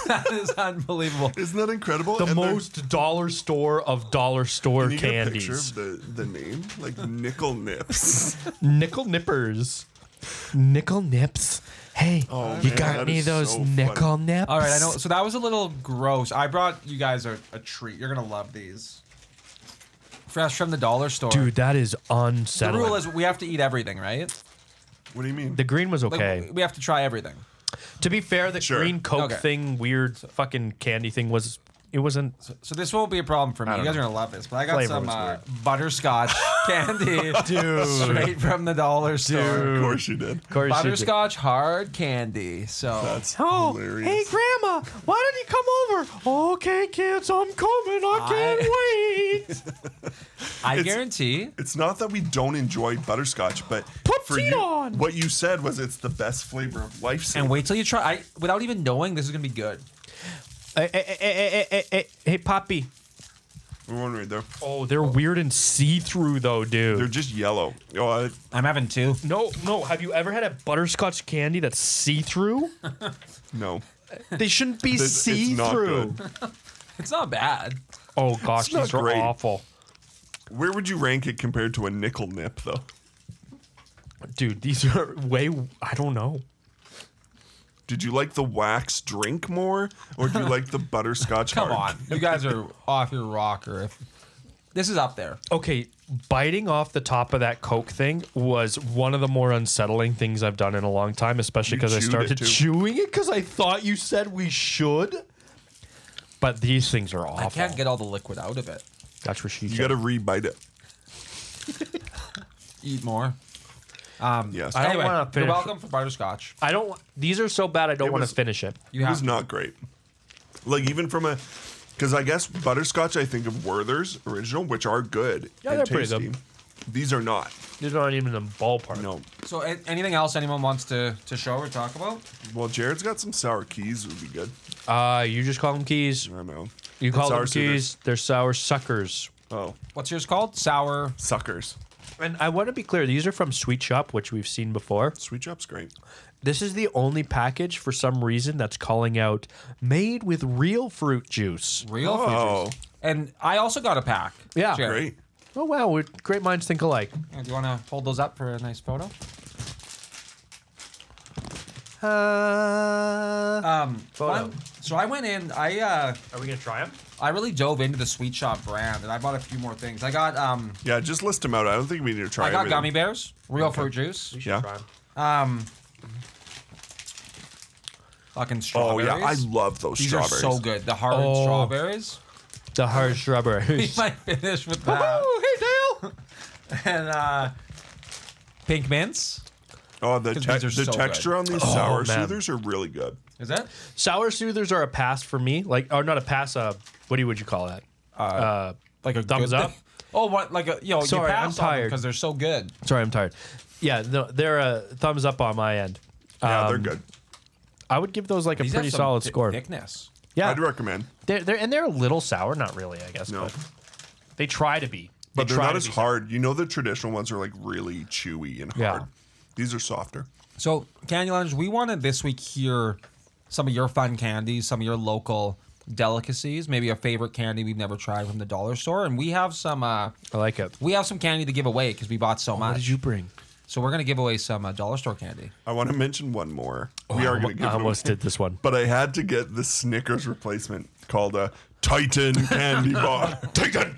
[SPEAKER 1] that is unbelievable.
[SPEAKER 2] Isn't that incredible?
[SPEAKER 3] the
[SPEAKER 2] And they're-
[SPEAKER 3] most dollar store of dollar store
[SPEAKER 2] Can you get a picture
[SPEAKER 3] candies.
[SPEAKER 2] of the, the name? Like Nickel Nips.
[SPEAKER 3] Nickel nippers. Nickel nips. Hey, you
[SPEAKER 2] man,
[SPEAKER 3] got
[SPEAKER 2] that
[SPEAKER 3] any of
[SPEAKER 2] is
[SPEAKER 3] those
[SPEAKER 2] so funny.
[SPEAKER 3] nickel nips?
[SPEAKER 1] All right, I know. So that was a little gross. I brought you guys a, a treat. You're gonna love these. Fresh from the dollar store.
[SPEAKER 3] Dude, that is
[SPEAKER 1] the
[SPEAKER 3] unsettling.
[SPEAKER 1] rule is we have to eat everything, right?
[SPEAKER 2] what do you mean?
[SPEAKER 3] the green was
[SPEAKER 1] Like,
[SPEAKER 3] okay.
[SPEAKER 1] We have to try everything.
[SPEAKER 3] to be fair, the
[SPEAKER 2] Sure.
[SPEAKER 3] green Coke
[SPEAKER 1] Okay.
[SPEAKER 3] thing, weird fucking candy thing was. It wasn't.
[SPEAKER 1] So this won't be a problem for me. You guys are gonna love this. But I got
[SPEAKER 3] Flavor
[SPEAKER 1] some
[SPEAKER 3] was
[SPEAKER 1] uh, butterscotch candy, dude, straight from the dollar store.
[SPEAKER 2] of course you did.
[SPEAKER 3] Of course you did.
[SPEAKER 1] Butterscotch hard candy. So
[SPEAKER 2] That's
[SPEAKER 3] Oh,
[SPEAKER 2] hilarious.
[SPEAKER 3] hey, Grandma, why don't you come over? Okay, kids, I'm coming. I can't wait.
[SPEAKER 1] I guarantee
[SPEAKER 2] It's not that we don't enjoy butterscotch, but
[SPEAKER 3] Put
[SPEAKER 2] for
[SPEAKER 3] tea
[SPEAKER 2] you,
[SPEAKER 3] on.
[SPEAKER 2] what you said was it's the best flavor of life.
[SPEAKER 1] and wait till you try. I, without even knowing, this is gonna be good.
[SPEAKER 3] hey, hey, hey, hey, hey, hey, hey, Poppy.
[SPEAKER 2] We're one right there.
[SPEAKER 3] Oh, they're weird and see through, though, dude.
[SPEAKER 2] They're just yellow. Oh, I,
[SPEAKER 1] I'm having two.
[SPEAKER 3] no, no. Have you ever had a butterscotch candy that's see through?
[SPEAKER 2] no.
[SPEAKER 3] <laughs> they shouldn't be
[SPEAKER 2] This- it's
[SPEAKER 3] see
[SPEAKER 2] not
[SPEAKER 3] through.
[SPEAKER 2] good.
[SPEAKER 1] It's not bad.
[SPEAKER 3] Oh gosh,
[SPEAKER 2] not
[SPEAKER 3] these are
[SPEAKER 2] great.
[SPEAKER 3] awful,
[SPEAKER 2] Where would you rank it compared to a nickel nip, though?
[SPEAKER 3] dude. These are way. I don't know.
[SPEAKER 2] Did you like the wax drink more, or do you like the butterscotch?
[SPEAKER 1] Come
[SPEAKER 2] hard?
[SPEAKER 1] on, you guys are off your rocker. If this is up there,
[SPEAKER 3] Okay, biting off the top of that Coke thing was one of the more unsettling things I've done in a long time, especially
[SPEAKER 2] You
[SPEAKER 3] because I
[SPEAKER 2] chewed it,
[SPEAKER 3] started
[SPEAKER 2] too.
[SPEAKER 3] chewing it because I thought you said we should. But these things are awful.
[SPEAKER 1] I can't get all the liquid out of it.
[SPEAKER 3] That's what she
[SPEAKER 2] You
[SPEAKER 3] said.
[SPEAKER 2] got to re-bite it.
[SPEAKER 1] Eat more. Um,
[SPEAKER 2] Yes,
[SPEAKER 3] I don't
[SPEAKER 1] Anyway,
[SPEAKER 3] wanna
[SPEAKER 1] you're
[SPEAKER 3] finish.
[SPEAKER 1] welcome for butterscotch.
[SPEAKER 3] I don't. These are so bad. I don't
[SPEAKER 2] It
[SPEAKER 3] want to
[SPEAKER 2] was-
[SPEAKER 3] finish it.
[SPEAKER 1] You
[SPEAKER 2] it
[SPEAKER 1] have
[SPEAKER 2] was not great. Like even from a, because I guess butterscotch I think of Werther's original, which are good.
[SPEAKER 3] Yeah,
[SPEAKER 2] and
[SPEAKER 3] they're pretty good.
[SPEAKER 2] These are not.
[SPEAKER 3] These aren't even in the ballpark.
[SPEAKER 2] No.
[SPEAKER 1] So, a- anything else anyone wants to to show or talk about?
[SPEAKER 2] Well, Jared's got some sour keys. Would be good.
[SPEAKER 3] Uh, you just call them keys.
[SPEAKER 2] I know.
[SPEAKER 3] You call
[SPEAKER 2] Sour
[SPEAKER 3] them keys. They're sour suckers.
[SPEAKER 2] suckers. Oh,
[SPEAKER 1] What's yours called? Sour.
[SPEAKER 2] suckers.
[SPEAKER 3] And I want to be clear. These are from Sweet Shop, which we've seen before.
[SPEAKER 2] Sweet chop's great.
[SPEAKER 3] This is the only package for some reason that's calling out made with real fruit juice.
[SPEAKER 1] Real
[SPEAKER 2] Oh.
[SPEAKER 1] features. And I also got a pack.
[SPEAKER 3] Yeah.
[SPEAKER 1] Jared.
[SPEAKER 2] Great.
[SPEAKER 3] Oh wow, we're great minds think alike.
[SPEAKER 1] Yeah, Do you want to hold those up for a nice photo? um,
[SPEAKER 3] Photo.
[SPEAKER 1] one- so I went in. I uh,
[SPEAKER 3] Are we gonna try them?
[SPEAKER 1] I really dove into the Sweet Shop brand, and I bought a few more things. I got um,
[SPEAKER 2] Yeah, just list them out. I don't think we need to try.
[SPEAKER 1] I got
[SPEAKER 2] everything.
[SPEAKER 1] gummy bears, real fruit juice,
[SPEAKER 2] Yeah.
[SPEAKER 1] fucking
[SPEAKER 2] Oh
[SPEAKER 1] strawberries.
[SPEAKER 2] yeah, I love those
[SPEAKER 1] These are
[SPEAKER 2] strawberries.
[SPEAKER 1] so good. The hard
[SPEAKER 3] Oh.
[SPEAKER 1] strawberries. <laughs>
[SPEAKER 3] The hard strawberry.
[SPEAKER 1] We
[SPEAKER 3] <laughs>
[SPEAKER 1] might finish with that.
[SPEAKER 3] oh, hey Dale.
[SPEAKER 1] and uh, pink mints.
[SPEAKER 2] Oh, the,
[SPEAKER 1] These
[SPEAKER 2] te-
[SPEAKER 1] are
[SPEAKER 2] the
[SPEAKER 1] so good.
[SPEAKER 2] texture on these sour
[SPEAKER 3] man.
[SPEAKER 2] soothers are really good.
[SPEAKER 1] Is that?
[SPEAKER 3] Sour soothers are a pass for me. Like, or not a pass. Uh, what do you, would you call that? Uh,
[SPEAKER 1] Like a
[SPEAKER 3] Thumbs up?
[SPEAKER 1] Oh, what? Like a yo.
[SPEAKER 3] Sorry,
[SPEAKER 1] you
[SPEAKER 3] I'm
[SPEAKER 1] pass on
[SPEAKER 3] tired.
[SPEAKER 1] because they're so good.
[SPEAKER 3] sorry, I'm tired. Yeah, no, they're a thumbs up on my end.
[SPEAKER 2] Yeah, they're
[SPEAKER 3] Um,
[SPEAKER 2] good.
[SPEAKER 3] I would give those like a
[SPEAKER 1] These
[SPEAKER 3] pretty
[SPEAKER 1] have some
[SPEAKER 3] solid
[SPEAKER 1] thi-
[SPEAKER 3] score.
[SPEAKER 1] Thickness.
[SPEAKER 3] Yeah,
[SPEAKER 2] I'd recommend.
[SPEAKER 3] they're, they're and they're a little sour. Not really, I guess.
[SPEAKER 2] No.
[SPEAKER 3] But they try to be.
[SPEAKER 2] But
[SPEAKER 3] they
[SPEAKER 2] they're
[SPEAKER 3] try
[SPEAKER 2] not
[SPEAKER 3] to
[SPEAKER 2] as
[SPEAKER 3] be
[SPEAKER 2] hard. You know, the traditional ones are like really chewy and
[SPEAKER 3] Yeah.
[SPEAKER 2] hard. These are softer.
[SPEAKER 1] So, Candy Lounge, we want to this week hear some of your fun candies, some of your local delicacies, maybe a favorite candy we've never tried from the dollar store, and we have some. Uh,
[SPEAKER 3] I like it.
[SPEAKER 1] we have some candy to give away because we bought so much.
[SPEAKER 3] Oh, What did you bring?
[SPEAKER 1] so we're gonna give away some uh, dollar store candy.
[SPEAKER 2] I want to mention one more. we are going to give
[SPEAKER 3] Oh, I
[SPEAKER 2] them-
[SPEAKER 3] almost did this
[SPEAKER 2] <laughs>
[SPEAKER 3] one.
[SPEAKER 2] But I had to get the Snickers replacement called a Titan
[SPEAKER 3] <laughs>
[SPEAKER 2] candy bar. Titan.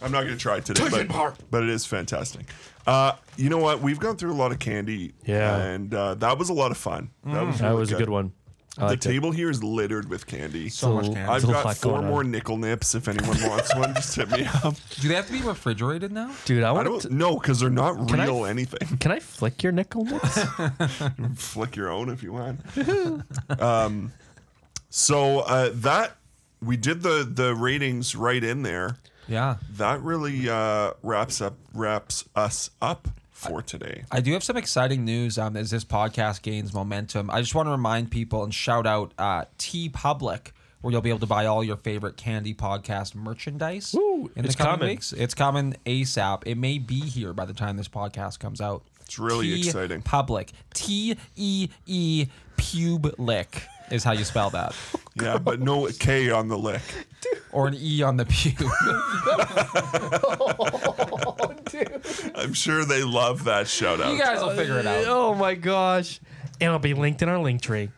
[SPEAKER 2] I'm not going to try it today,
[SPEAKER 5] Titan bar.
[SPEAKER 2] but, but it is fantastic. Uh, you know what? We've gone through a lot of candy,
[SPEAKER 3] Yeah. Mm,
[SPEAKER 2] and uh, that was a lot of fun. That was,
[SPEAKER 3] That
[SPEAKER 2] really
[SPEAKER 3] was a good one. I
[SPEAKER 2] the
[SPEAKER 3] liked it.
[SPEAKER 2] table here is littered with candy.
[SPEAKER 1] So much candy.
[SPEAKER 2] I've
[SPEAKER 3] It's a
[SPEAKER 2] got
[SPEAKER 3] lot
[SPEAKER 2] four
[SPEAKER 3] going on.
[SPEAKER 2] more nickel nips. If anyone wants one, just hit
[SPEAKER 3] <laughs>
[SPEAKER 2] me up.
[SPEAKER 1] Do they have to be refrigerated now?
[SPEAKER 3] Dude, I
[SPEAKER 2] I
[SPEAKER 3] want.
[SPEAKER 2] don't know because they're not
[SPEAKER 3] I-
[SPEAKER 2] real anything.
[SPEAKER 3] Can I flick your
[SPEAKER 2] <laughs>
[SPEAKER 3] nickel nips?
[SPEAKER 2] Flick your own if you want. um, so uh, that we did the the ratings right in there.
[SPEAKER 1] Yeah.
[SPEAKER 2] that really uh, wraps up wraps us up for today.
[SPEAKER 1] I do have some exciting news um, as this podcast gains momentum. I just want to remind people and shout out uh, T Public, where you'll be able to buy all your favorite candy podcast merchandise in the
[SPEAKER 8] it's
[SPEAKER 1] coming
[SPEAKER 8] coming.
[SPEAKER 1] weeks. It's coming ASAP. It may be here by the time this podcast comes out. It's
[SPEAKER 2] really exciting.
[SPEAKER 1] Public. T E E Public is how you spell that,
[SPEAKER 2] Yeah, but no K on the lick.
[SPEAKER 1] or an E on the pube.
[SPEAKER 2] I'm sure they love that shout
[SPEAKER 1] <laughs>
[SPEAKER 2] out.
[SPEAKER 1] you guys will figure it out.
[SPEAKER 8] Oh my gosh. And it'll be linked in our link tree.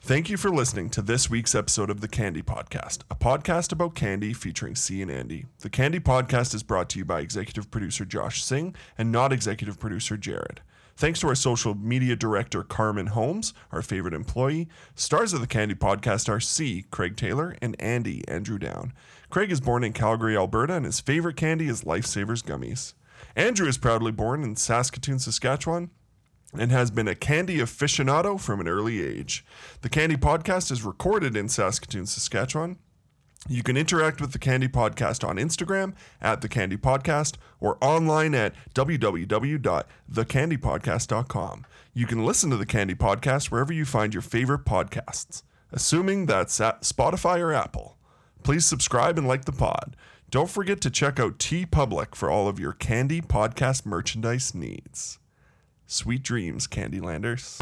[SPEAKER 2] Thank you for listening to this week's episode of The Candy Podcast, a podcast about candy featuring C and Andy. The Candy Podcast is brought to you by executive producer Josh Singh and not executive producer Jared. Thanks to our social media director Carmen Holmes, our favorite employee. Stars of the Candy Podcast are C, Craig Taylor, and Andy, Andrew Down. Craig is born in Calgary, Alberta, and his favorite candy is Lifesavers Gummies. Andrew is proudly born in Saskatoon, Saskatchewan, and has been a candy aficionado from an early age. The Candy Podcast is recorded in Saskatoon, Saskatchewan. You can interact with the Candy Podcast on Instagram at the Candy Podcast or online at www.thecandypodcast.com. You can listen to the Candy Podcast wherever you find your favorite podcasts, assuming that's at Spotify or Apple. Please subscribe and like the pod. Don't forget to check out T Public for all of your Candy Podcast merchandise needs. Sweet dreams, Candylanders.